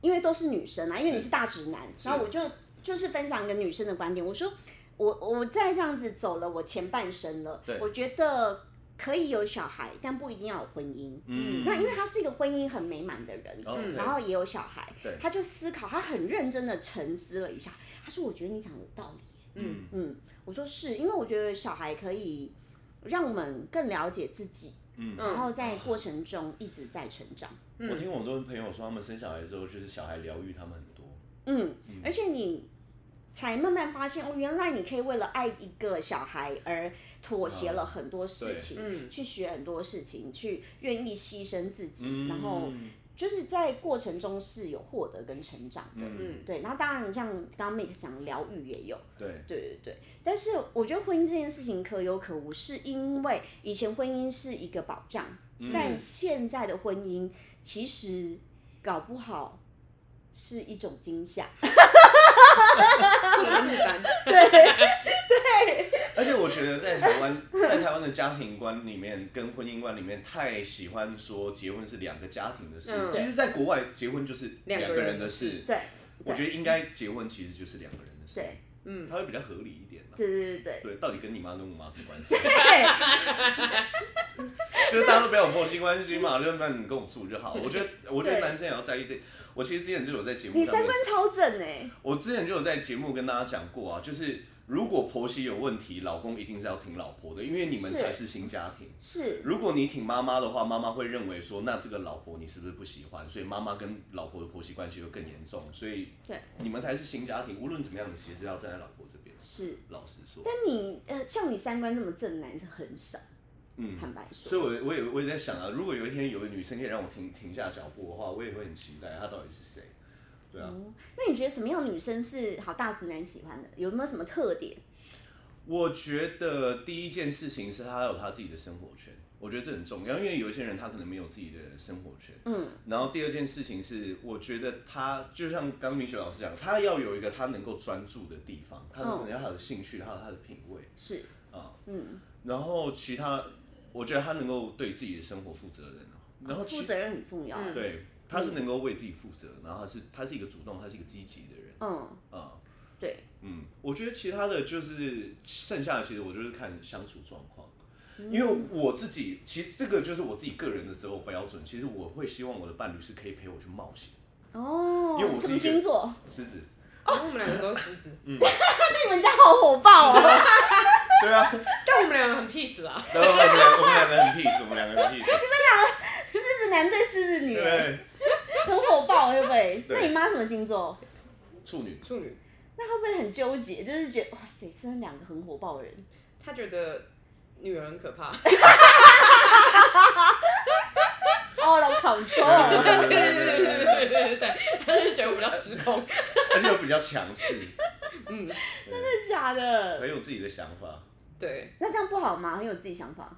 因为都是女生啊，因为你是大直男，然后我就就是分享一个女生的观点，我说我我再这样子走了我前半生了，我觉得可以有小孩，但不一定要有婚姻。
嗯，
那因为他是一个婚姻很美满的人，嗯
OK
然后也有小孩
对，
他就思考，他很认真的沉思了一下，他说：“我觉得你讲的有道理。”
嗯，
嗯，我说是因为我觉得小孩可以让我们更了解自己，
嗯
然后在过程中一直在成长。
我听我很多朋友说，他们生小孩之后，就是小孩疗愈他们很多。
嗯，而且你才慢慢发现哦，原来你可以为了爱一个小孩而妥协了很多事情，
嗯
去学很多事情，去愿意牺牲自己，
嗯，
然后就是在过程中是有获得跟成长的。
嗯
对，然后当然像刚刚 Mike 讲疗愈也有，
对，
对对对，但是我觉得婚姻这件事情可有可无，是因为以前婚姻是一个保障，
嗯
但现在的婚姻其实搞不好是一种惊吓。
不是负担，
而且我觉得在台湾， 在台湾的家庭观里面跟婚姻观里面，太喜欢说结婚是两个家庭的事。
嗯
其实，在国外结婚就是
两个
个
人
人
的
的
事
事。
对
我觉得应该结婚其实就是两个人的事。
对，
嗯，
它会比较合理一点嘛。
对对对对
对，到底跟你妈跟我妈什么关系？
对，
就是大家都不要有婆媳关系嘛，就那你跟我住就好。我觉得，我觉得男生也要在意这。我其实之前就有在节目
你
上面
三观超正哎、
我之前就有在节目跟大家讲过啊，就是如果婆媳有问题，老公一定是要挺老婆的，因为你们
是
才是新家庭。
是
如果你挺妈妈的话，妈妈会认为说，那这个老婆你是不是不喜欢？所以妈妈跟老婆的婆媳关系就更严重。所以
对
你们才是新家庭，无论怎么样，你其实要站在老婆这边。
是。
老实说，
但你呃，像你三观这么正的男生很少，
嗯，
坦白
所
说，
以我也，我也我也在想啊，如果有一天有个女生可以让我停停下脚步的话，我也会很期待她到底是谁。对啊，
哦，那你觉得什么样的女生是好大直男喜欢的？有没有什么特点？
我觉得第一件事情是他有他自己的生活圈，我觉得这很重要，因为有一些人他可能没有自己的生活圈。
嗯，
然后第二件事情是，我觉得他就像刚刚明雪老师讲，他要有一个他能够专注的地方，他
嗯
可能要他的兴趣，还有他的品味
是
啊。
嗯，
然后其他，我觉得他能够对自己的生活负责任啊然后
哦负
其
责任很重要。啊
嗯
对，他是能够为自己负责，然后他是他是一个主动，他是一个积极的人
嗯，
啊。
对，
嗯，我觉得其他的就是剩下的，其实我就是看相处状况，
嗯
因为我自己其实这个就是我自己个人的择偶标准。其实我会希望我的伴侣是可以陪我去冒险，
哦，
因为我
什
是
么
一个
星座？
狮子。
然后我们两个都是狮子，
嗯
那你们家好火爆 哦！
对啊，
但我们两个很 peace 啊，
然后我们两我们两个很 peace，我们两个很 peace。
狮子男对狮子女，
对，
很火爆，对不对？
对
那你妈什么星座？
处女，
处女，
那会不会很纠结？就是觉得哇塞，生两个很火爆的人，
她觉得女人很可怕，
哦，老 control，
对对对对对对对
对对 对，她就觉得我比较失控，
而且我比较强势，
真
嗯，
的假的？
很有自己的想法。
对。
哎那这样不好吗？很有自己想法。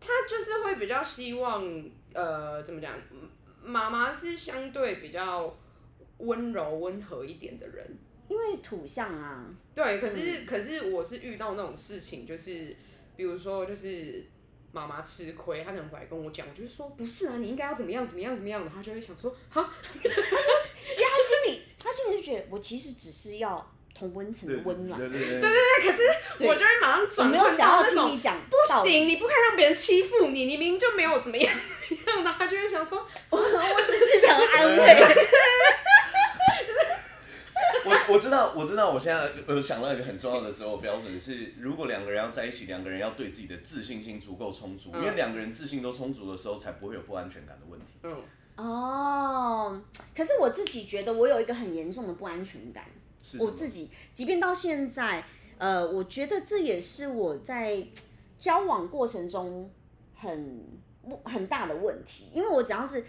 他就是会比较希望，呃，怎么讲？嗯妈妈是相对比较温柔温和一点的人，
因为土象啊，
对。可
嗯
是、可是我是遇到那种事情，就是比如说就是妈妈吃亏，她可能回来跟我讲，我就是说不是啊，你应该要怎么样怎么样怎么样的，她就会想说哈，
其实他心里，他心里就觉得我其实只是要同温层的
对
温暖，
对对对
对
我就会马上
我
转
没有
换
想要
到那
听你
种
讲道
不
理，
行，你不可以让别人欺负你，你明明就没有怎么样怎么样的，啊她就会想说
我只是想要安慰。
我我知道，我知道，我现在呃想到一个很重要的择偶标准是，如果两个人要在一起，两个人要对自己的自信心足够充足，因为两个人自信都充足的时候，才不会有不安全感的问题。
嗯，
哦，可是我自己觉得我有一个很严重的不安全感，
是什么
我自己，即便到现在，呃，我觉得这也是我在交往过程中很很大的问题，因为我只要是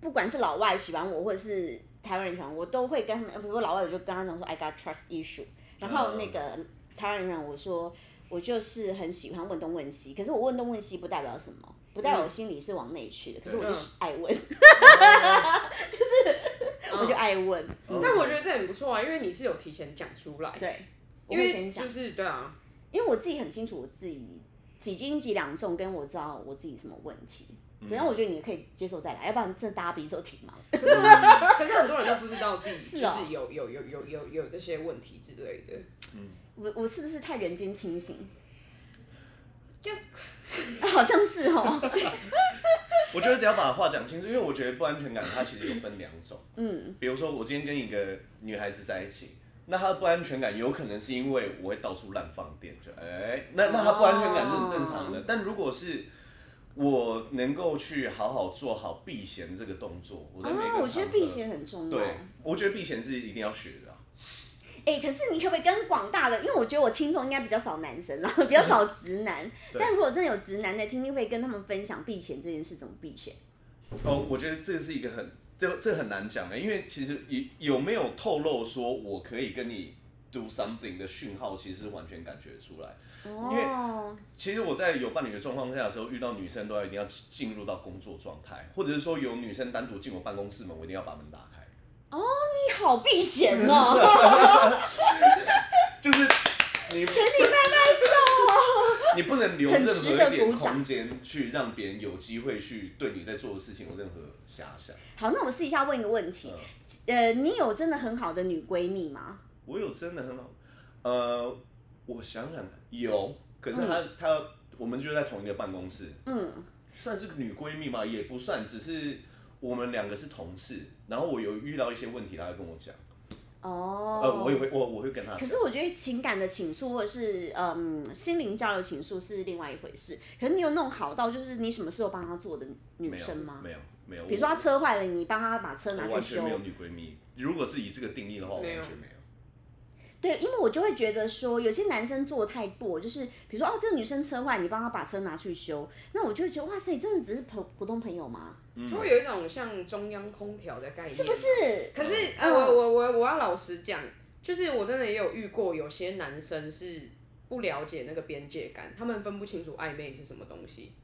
不管是老外喜欢我，或者是台湾人喜欢我，我都会跟他们，呃比如说老外，我就跟他讲说 I got trust issue，然后
嗯
那个台湾人讲我说我就是很喜欢问东问西，可是我问东问西不代表什么，不代
嗯
表我心里是往内去的，可是我就是爱问，
嗯
我就爱问，嗯
但我觉得这很不错啊，因为你是有提前讲出来，
对，我
因
会
为
先讲
就。是 对啊，
因为我自己很清楚我自己几斤几两重，跟我知道我自己什么问题。
嗯
然后我觉得你可以接受再来，要不然这大家彼此都挺忙。
嗯可是很多人都不知道自己就是
哦
是有有有有有有这些问题之类的。
我我是不是太人间清醒？
就
好像是哦，
我觉得得要把话讲清楚，因为我觉得不安全感它其实有分两种。
嗯，
比如说，我今天跟一个女孩子在一起，那她的不安全感有可能是因为我会到处乱放电，就哎、那那她不安全感是很正常的。
哦
但如果是我能够去好好做好避嫌这个动作，我在每个场
啊，
合、
我觉得避嫌很重要。
对，我觉得避嫌是一定要学的啊、
哎、可是你可不可以跟广大的，因为我觉得我听众应该比较少男生啦，比较 少直男。
对
但如果真的有直男在听，你会跟他们分享避嫌这件事怎么避嫌？
哦，我觉得这是一个很这这很难讲的，欸因为其实有有没有透露说我可以跟你 do something 的讯号，其实是完全感觉得出来。为
哦，
其实我在有伴侣的状况下的时候，遇到女生都要一定要进入到工作状态，或者是说有女生单独进我办公室门，我一定要把门打开，
你好避嫌哦，
就是你你不能留任何一
很值得
点
鼓掌
空间去让别人有机会去对你在做的事情有任何遐想。
好，那我私底下问一个问题，
嗯
呃，你有真的很好的女闺蜜吗？
我有真的很好，呃，我想想看有，可是她她、我们就在同一个办公室，
嗯，
算是女闺蜜嘛，也不算，只是我们两个是同事，然后我有遇到一些问题，她会跟我讲。
哦，
呃，我也会，我我会跟他
可
讲。
是我觉得情感的倾诉或者是嗯心灵交流倾诉是另外一回事。可是你有那种好到就是你什么事都帮她做的女
没有
生吗？
没有没有，
比如说她
我
车坏了，你帮她把车拿
我
去
完全
修
没。有女闺蜜。如果是以这个定义的话，我完
没有
全没有。
对，因为我就会觉得说，有些男生做太过，就是比如说哦，这个女生车坏，你帮她把车拿去修，那我就会觉得哇塞，真的只是普普通朋友吗？
就会有一种像中央空调的概念，
是不？是？
可是，哎、
嗯
我我我我要老实讲，就是我真的也有遇过有些男生是不了解那个边界感，他们分不清楚暧昧是什么东西，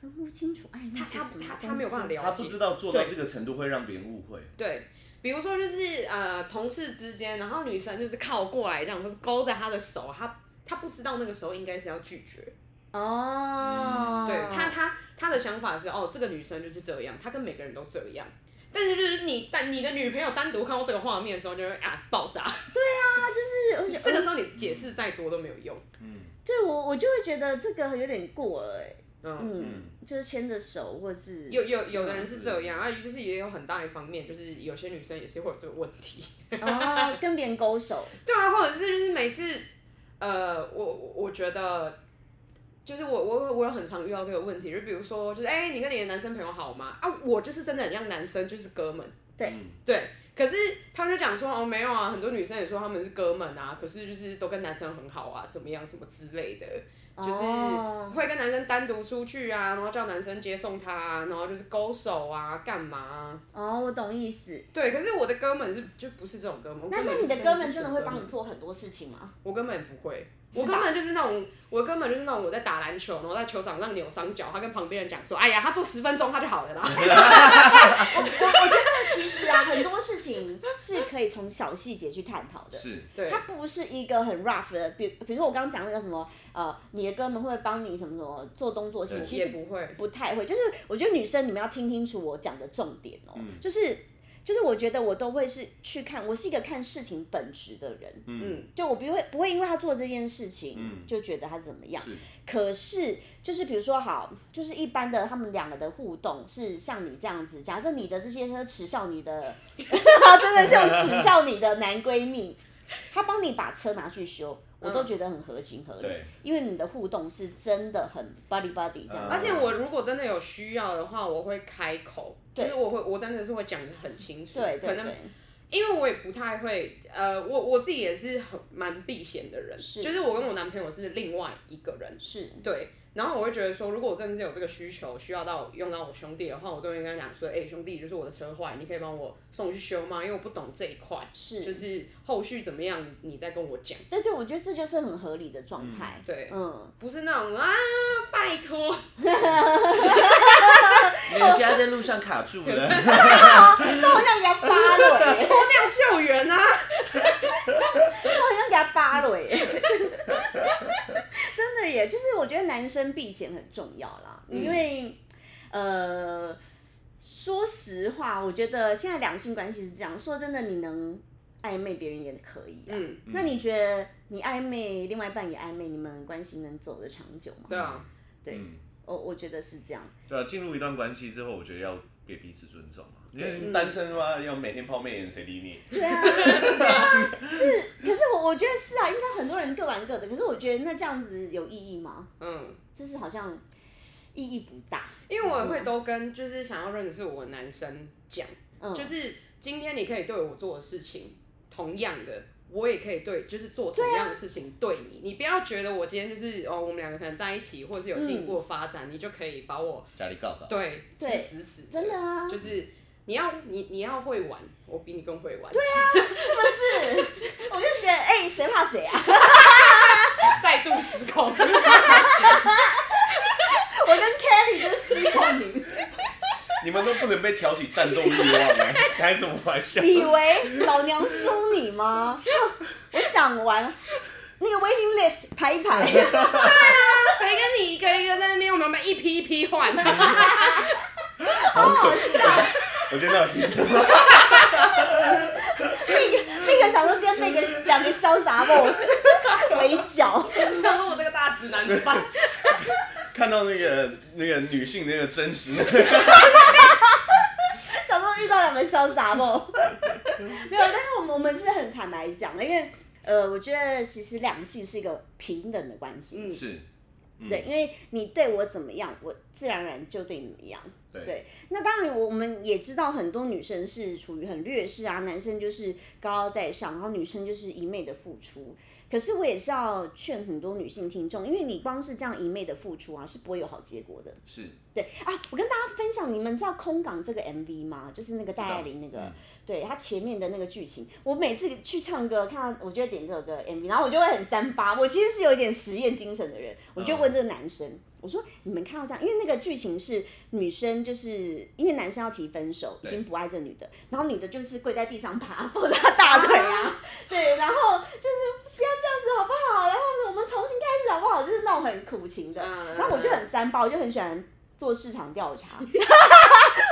分不清楚暧昧
他
是
他
什么
他
东
他没有
西
办法
嗯他
了
不
解
知。道做到这个程度会让别人误会。
对，比如说就是呃同事之间，然后女生就是靠过来这样，或是勾在他的手，他他不知道那个时候应该是要拒绝。
哦，
嗯对他，他他的想法是哦，这个女生就是这样，她跟每个人都这样。但是就是你，但你的女朋友单独看到这个画面的时候，就会啊爆炸。
是我觉得哦
这个时候你解释再多都没有用。
嗯
对我我就会觉得这个有点过了、欸，
嗯，
嗯，就是牵着手或者是
有有有的人是这样，啊，就是也有很大一方面，就是有些女生也是会有这个问题。
哦跟别人勾手，
对啊，或者是就是每次，呃，我我我觉得，就是我我我有很常遇到这个问题，就比如说，就是哎、你跟你的男生朋友好吗？啊，我就是真的很像男生，就是哥们。
对
嗯
对，可是他们就讲说哦没有啊，很多女生也说他们是哥们啊，可是就是都跟男生很好啊，怎么样什么之类的， 就是
哦
会跟男生单独出去啊，然后叫男生接送她、啊，然后就是勾手啊，干嘛、啊？
哦，我懂意思。
对，可是我的哥们是就不是这种哥们。
那
我
那
根本
你的
是
哥
是
们
纯
真的会
哥
帮
们
你做很多事情吗？
我根本不会，
是
我
吧
根本就是那种，我根本就是那种我在打篮球，然后在球场上扭伤脚，他跟旁边人讲说，哎呀，他做十分钟他就好了啦。
那其实啊，很多事情是可以从小细节去探讨的。
是
对
它不是一个很 rough 的，比比如说我刚刚讲那个什么，呃，你的哥们会不会帮你什么什么做东做西，
对
其
也
实
不会，
不太会。就是我觉得女生你们要听清楚我讲的重点哦、
嗯
就是就是我觉得我都会是去看，我是一个看事情本质的人，
嗯
嗯，
就我不会不会因为他做这件事情、
嗯
就觉得他怎么样。
是
可是，就是比如说，好，就是一般的他们两个的互动是像你这样子。假设你的这些车耻笑你的，真的是有耻笑你的男闺蜜，他帮你把车拿去修，我都觉得很合情合理，
对
因为你的互动是真的很 buddy buddy 这样子。
嗯
而且我如果真的有需要的话，我会开口，就是我会我真的是会讲的很清楚，
对
可
对
能
对，
因为我也不太会，呃，我我自己也是很蛮避嫌的人，
是
就是我跟我男朋友是另外一个人，
是
对，然后我会觉得说，如果我真的是有这个需求，需要到用到我兄弟的话，我就会跟他讲说，哎、兄弟，就是我的车坏，你可以帮我送去修吗？因为我不懂这一块，
是，
就是后续怎么样，你再跟我讲。
对对，我觉得这就是很合理的状态。
对，
嗯，
不是那种啊，拜托，
你的家在路上卡住了，
那好像给他扒了欸耶，
我那救援啊，
好像给他扒了耶，
嗯
真的耶，就是我觉得男生避嫌很重要啦，因为呃，说实话，我觉得现在两性关系是这样，说真的，你能暧昧别人也可以啊。
嗯，
那你觉得你暧昧另外一半也暧昧，你们关系能走得长久吗？
对啊，
对
嗯
我我觉得是这样。
对啊，进入一段关系之后，我觉得要给彼此尊重嘛，因为
嗯
单身的话，要每天泡妹眼，谁理你？
对啊， 对啊，就是，可是我我觉得是啊，应该很多人各玩各的。可是我觉得那这样子有意义吗？
嗯，
就是好像意义不大。
因为我也会都跟就是想要认识我的男生讲，
嗯，
就是今天你可以对我做的事情，同样的。我也可以对，就是做同样的事情对你，你不要觉得我今天就是哦，我们两个可能在一起，或者是有进一步的发展，你就可以把我
家里告告。
对吃
嗯对
死死
真的啊，
就是你要你你要会玩，我比你更会玩。对啊，
是，我就觉得哎，谁、怕谁啊？
再度失 控。
我跟 Kelly 就是失控女，
你们都不能被挑起战斗欲 望哎、开什么玩笑？
以为老娘输你吗？我想玩那个 waiting list 排一排。
谁跟你一个一个在那边，我们一批一批 换。
好可笑！我今天到底听什么？
那个那个想说今天被个两个潇洒我 围剿，
想说我这个大直男怎么办？
看到那个那个女性那个真实，
想说遇到两个潇洒我，没有，但是我们我们是很坦白讲的，因为呃，我觉得其实两性是一个平等的关系，
嗯
是，嗯
对，因为你对我怎么样，我自然而然就对你怎么样。
对
那当然，我们也知道很多女生是处于很劣势啊，男生就是高高在上，然后女生就是一昧的付出。可是我也是要劝很多女性听众，因为你光是这样一昧的付出啊，是不会有好结果的。
是，
对啊，我跟大家分享，你们知道《空港》这个 MV 吗？就是那个戴爱玲那个，
嗯
对她前面的那个剧情，我每次去唱歌，看到我就会点这首歌 MV，然后我就会很三八。我其实是有一点实验精神的人，我就问这个男生，我说你们看到这样，因为那个剧情是女生就是因为男生要提分手，已
对
经不爱这女的，然后女的就是跪在地上爬，抱着她大腿啊，对，然后就是不要这样子好不好？然后我们重新开始好不好？就是那种很苦情的。
嗯
然后我就很三八，我就很喜欢做市场调 查，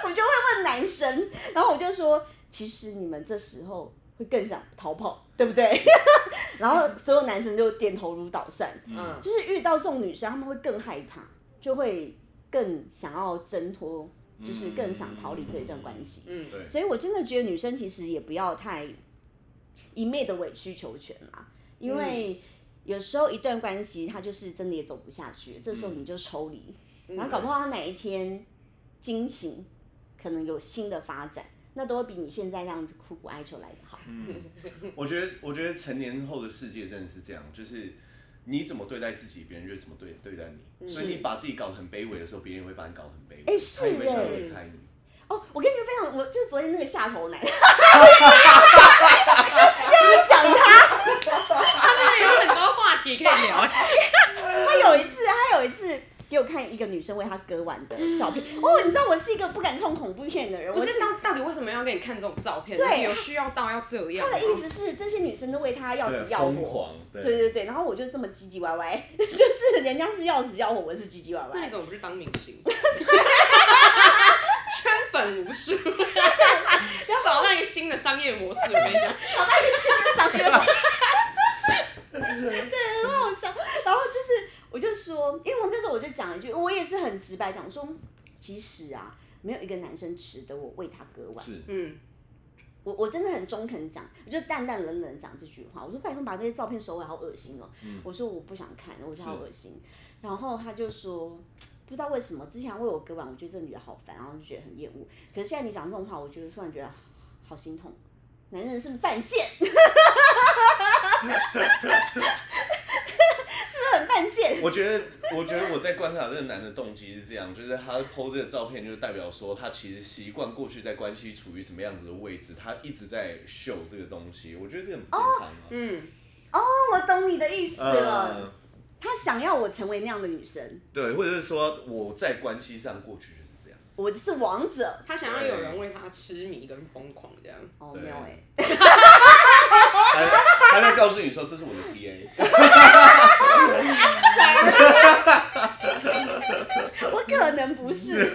我就会问男生，然后我就说，其实你们这时候会更想逃跑，对不对？ 然后所有男生就点头如捣蒜，
嗯，
就是遇到这种女生，他们会更害怕，就会更想要挣脱，就是更想逃离这一段关系。
嗯
对，
所以我真的觉得女生其实也不要太一昧的委曲求全啦，因为有时候一段关系它就是真的也走不下去，这时候你就抽离，然后搞不好他哪一天惊情可能有新的发展，那都会比你现在那样子苦苦哀求来的好。嗯
我觉得，我觉得成年后的世界真的是这样，就是你怎么对待自己，别人就怎么对对待你。所以你把自己搞得很卑微的时候，别人也会把你搞得很卑微。
嗯哎是
他也会想要
耶
离开你。
哦，我跟你们分享，我就昨天那个下头 男，又要讲他，
他真的啊有很多话题可以聊。
他有一次，他有一次。给我看一个女生为他割腕的照片，哦，你知道我是一个不敢看恐怖片的人，
不
我是
是到到底为什么要给你看这种照片？
对
有需要到要这样
他
吗？
的意思是，这些女生都为他要死
对，
要
疯
活。
狂，对
对对对，然后我就这么唧唧歪歪， 就是人家是要死要活，我是唧唧歪
那
歪。
你怎么不去当明 星？圈粉 无数，找到一个新的商业模式，我跟你讲，
好吧，你现在想什么？ 对，很好笑。然后就是，我就说，因为我那时候我就讲一句，我也是很直白讲说，其实啊，没有一个男生值得我为他割腕。
是，
嗯，
我我真的很中肯讲，我就淡淡冷冷讲这句话。我说拜托把这些照片收回，好恶心哦、我说我不想看，我说好恶心。然后他就说不知道为什么之前为我割腕，我觉得这女的好烦，然后就觉得很厌恶。可是现在你讲这种话，我觉得突然觉得好好心痛，男人是不是犯贱？ 是是不是很犯贱？
我觉得，我觉得我在观察这个男的动机是这样，就是他 PO 这个照片，就代表说他其实习惯过去在关系处于什么样子的位置，他一直在秀这个东西。我觉得这个很不健康啊。
嗯，
哦，我懂你的意思了。
呃，
他想要我成为那样的女生，
对，或者是说我在关系上过去就是这样。
我就是王者。
他想要有人为他痴迷跟疯狂这样。
哦，
对
没有哎、
他他在告诉你说这是我的 TA，
我可可能不是。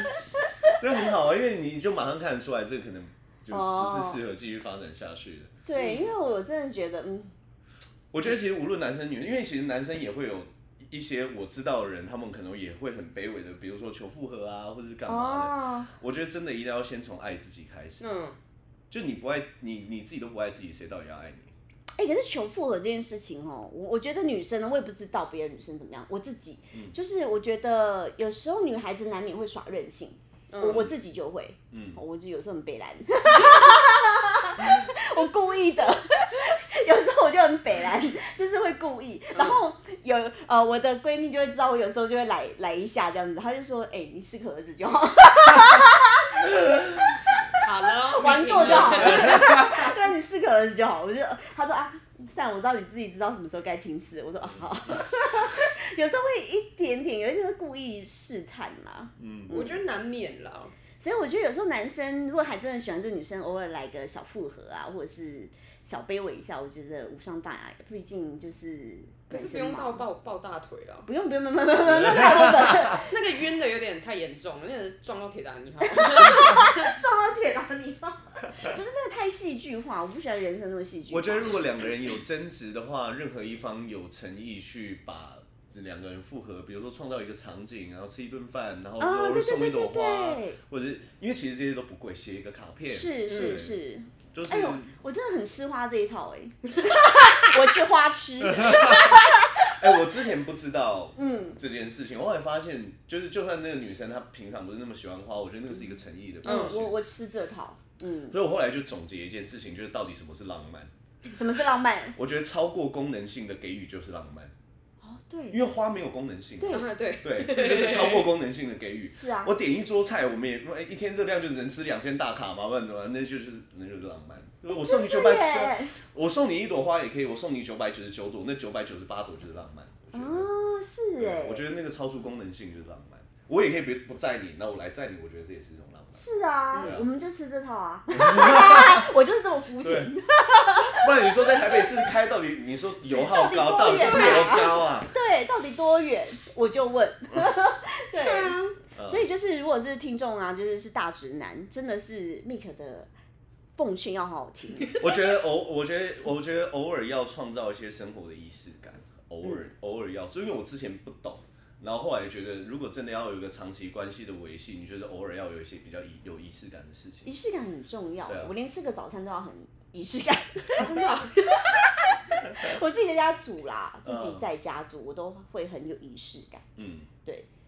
那很好啊，因为你就马上看得出来，这个可能就
哦
不是适合继续发展下去的。
对，因为我真的觉得，嗯，
我觉得其实无论男生女生，因为其实男生也会有一些我知道的人，他们可能也会很卑微的，比如说求复合啊，或者是干嘛的。
哦，
我觉得真的一定要先从爱自己开始，
嗯，
就你不爱你你自己都不爱自己，谁到底要爱你？
哎、可是求复合这件事情哦，我我觉得女生呢，我也不知道别的女生怎么样，我自己、就是我觉得有时候女孩子难免会耍任性，我
嗯
我自己就会，哦
嗯
我就有时候很北蓝，我故意的，有时候我就很北蓝，就是会故意。然后有呃，我的闺蜜就会知道我有时候就会来来一下这样子，她就说：“哎、你适可而止就好，
好了，
玩过就好。”
我们停了
了，对，你适可而止就好。我就她说啊，算了，我知道你自己知道什么时候该停止。我说啊好，有时候会一点点，有一点是故意试探啦。
嗯，
我觉得难免啦。
所以我觉得有时候男生如果还真的喜欢这女生，偶尔来个小复合啊，或者是小卑微一下，我觉得无伤大雅。毕竟就是
可是不用到抱抱大腿了，
不用不用不用不用不用，那太过分了，
那个晕的有点太严重了，那个撞到铁达 尼号。
撞到铁达尼号，不是那个太戏剧化，我不喜欢人生那么戏剧化。
我觉得如果两个人有争执的话，任何一方有诚意去把这两个人复合，比如说创造一个场景，然后吃一顿饭，然后
啊，
偶
对
尔
对
送一
对
朵
对
花，
对，
或者是因为其实这些都不贵，写一个卡片，
是是
嗯
是，
就是、
哎呦，我真的很吃花这一套哎、 我是花痴，
哎、我之前不知道
嗯，
这件事情，我后来发现，就是就算那个女生她平常不是那么喜欢花，我觉得那个是一个诚意的表
嗯
现。
我我吃这套，嗯，
所以我后来就总结一件事情，就是到底什么是浪漫？
什么是浪漫？
我觉得超过功能性的给予就是浪漫，
哦，对，
因为花没有功能性。
对
对，
对，这就是超过功能性的给予。
是啊，
我点一桌菜，我们也哎一天热量就只能吃两千大卡嘛，不然怎么办？那就是那就是浪漫。我送你九
对
百，
耶，
我送你一朵花也可以，我送你九百九十九朵，那九百九十八朵就是浪漫。我觉得。
哦，是哎、
我觉得那个超出功能性就是浪漫。我也可以不不载你，那我来载你，我觉得这也是一种 浪漫。
是啊，
对啊
我们就吃这套 啊，我就是这么肤浅。
对，不然你说在台北市开，到底你说油耗高，
到
到
底
底
多
是
远啊
不是油 高啊？
对，到底多远？我就问。对，
啊，
嗯
所以就是如果是听众啊，就是是大直男，真的是 Mik 的奉劝要好好听。
我觉得偶，我觉得，我觉得偶尔要创造一些生活的仪式感，偶尔、
嗯
偶尔要，就因为我之前不懂，然后后来觉得，如果真的要有一个长期关系的维系，你觉得偶尔要有一些比较仪有仪式感的事情。
仪式感很重要，
对啊
我连吃个早餐都要很仪式感。
真的啊，
我自己在家煮啦，自
嗯
己在家煮，我都会很有仪式感。
嗯，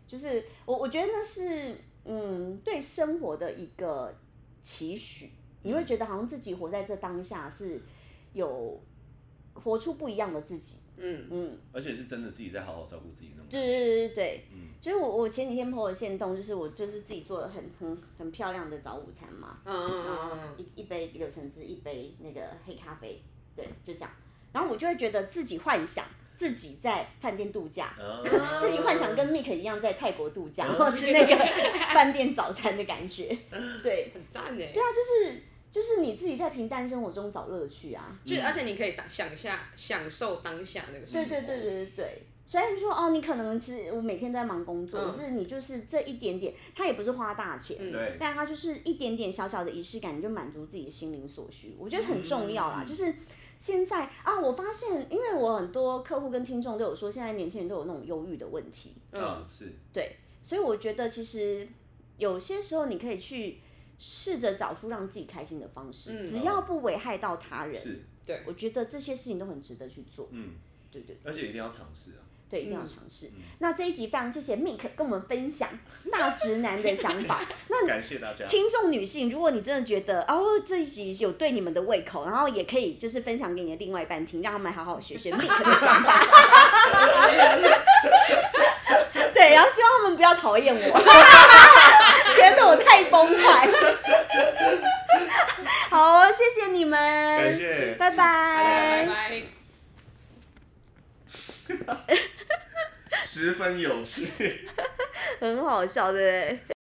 就是我我觉得那是嗯对生活的一个期许，你会觉得好像自己活在这当下是有活出不一样的自己，
嗯，
嗯，
而且是真的自己在好好照顾自己那种
对
感觉。
对对对对，
嗯
就是我我前几天 PO 的限动，就是我就是自己做了很很很漂亮的早午餐嘛，
嗯嗯
然后
嗯嗯，
一一杯柳橙汁，一杯那个黑咖啡，对，就这样，然后我就会觉得自己幻想自己在饭店度假，
嗯
啊
自己幻想跟 Mick 一样在泰国度假，
嗯
然后吃那个饭店早餐的感 觉。对，
很赞欸呢。
对啊，就是就是你自己在平淡生活中找乐趣啊。
就是而且你可以打想下享受当下那个时
对
光。
对对对对对。虽然说哦，你可能是我每天都在忙工作，
嗯
可是你就是这一点点，它也不是花大钱，
嗯
对，
但它就是一点点小小的仪式感，你就满足自己心灵所需，我觉得很重要啦。
嗯
就是现在啊，我发现，因为我很多客户跟听众都有说，现在年轻人都有那种忧郁的问题，
啊是，
对，所以我觉得其实有些时候你可以去试着找出让自己开心的方式，
嗯
只要不危害到他人，
是
对
我觉得这些事情都很值得去做。
嗯，
对对
而且一定要尝试啊。
对，一定要
嗯
尝试。那这一集非常谢谢 Mik 跟我们分享大直男的想法。
感谢大家。
听众女性，如果你真的觉得哦这一集有对你们的胃口，然后也可以就是分享给你的另外一半听，让他们好好学学 Mik 的想法。 对，然后希望他们不要讨厌我， 觉得我太崩坏。 好，谢谢你们，
感谢
拜
拜拜
拜。
拜。
十分有趣。
很好笑，对不对？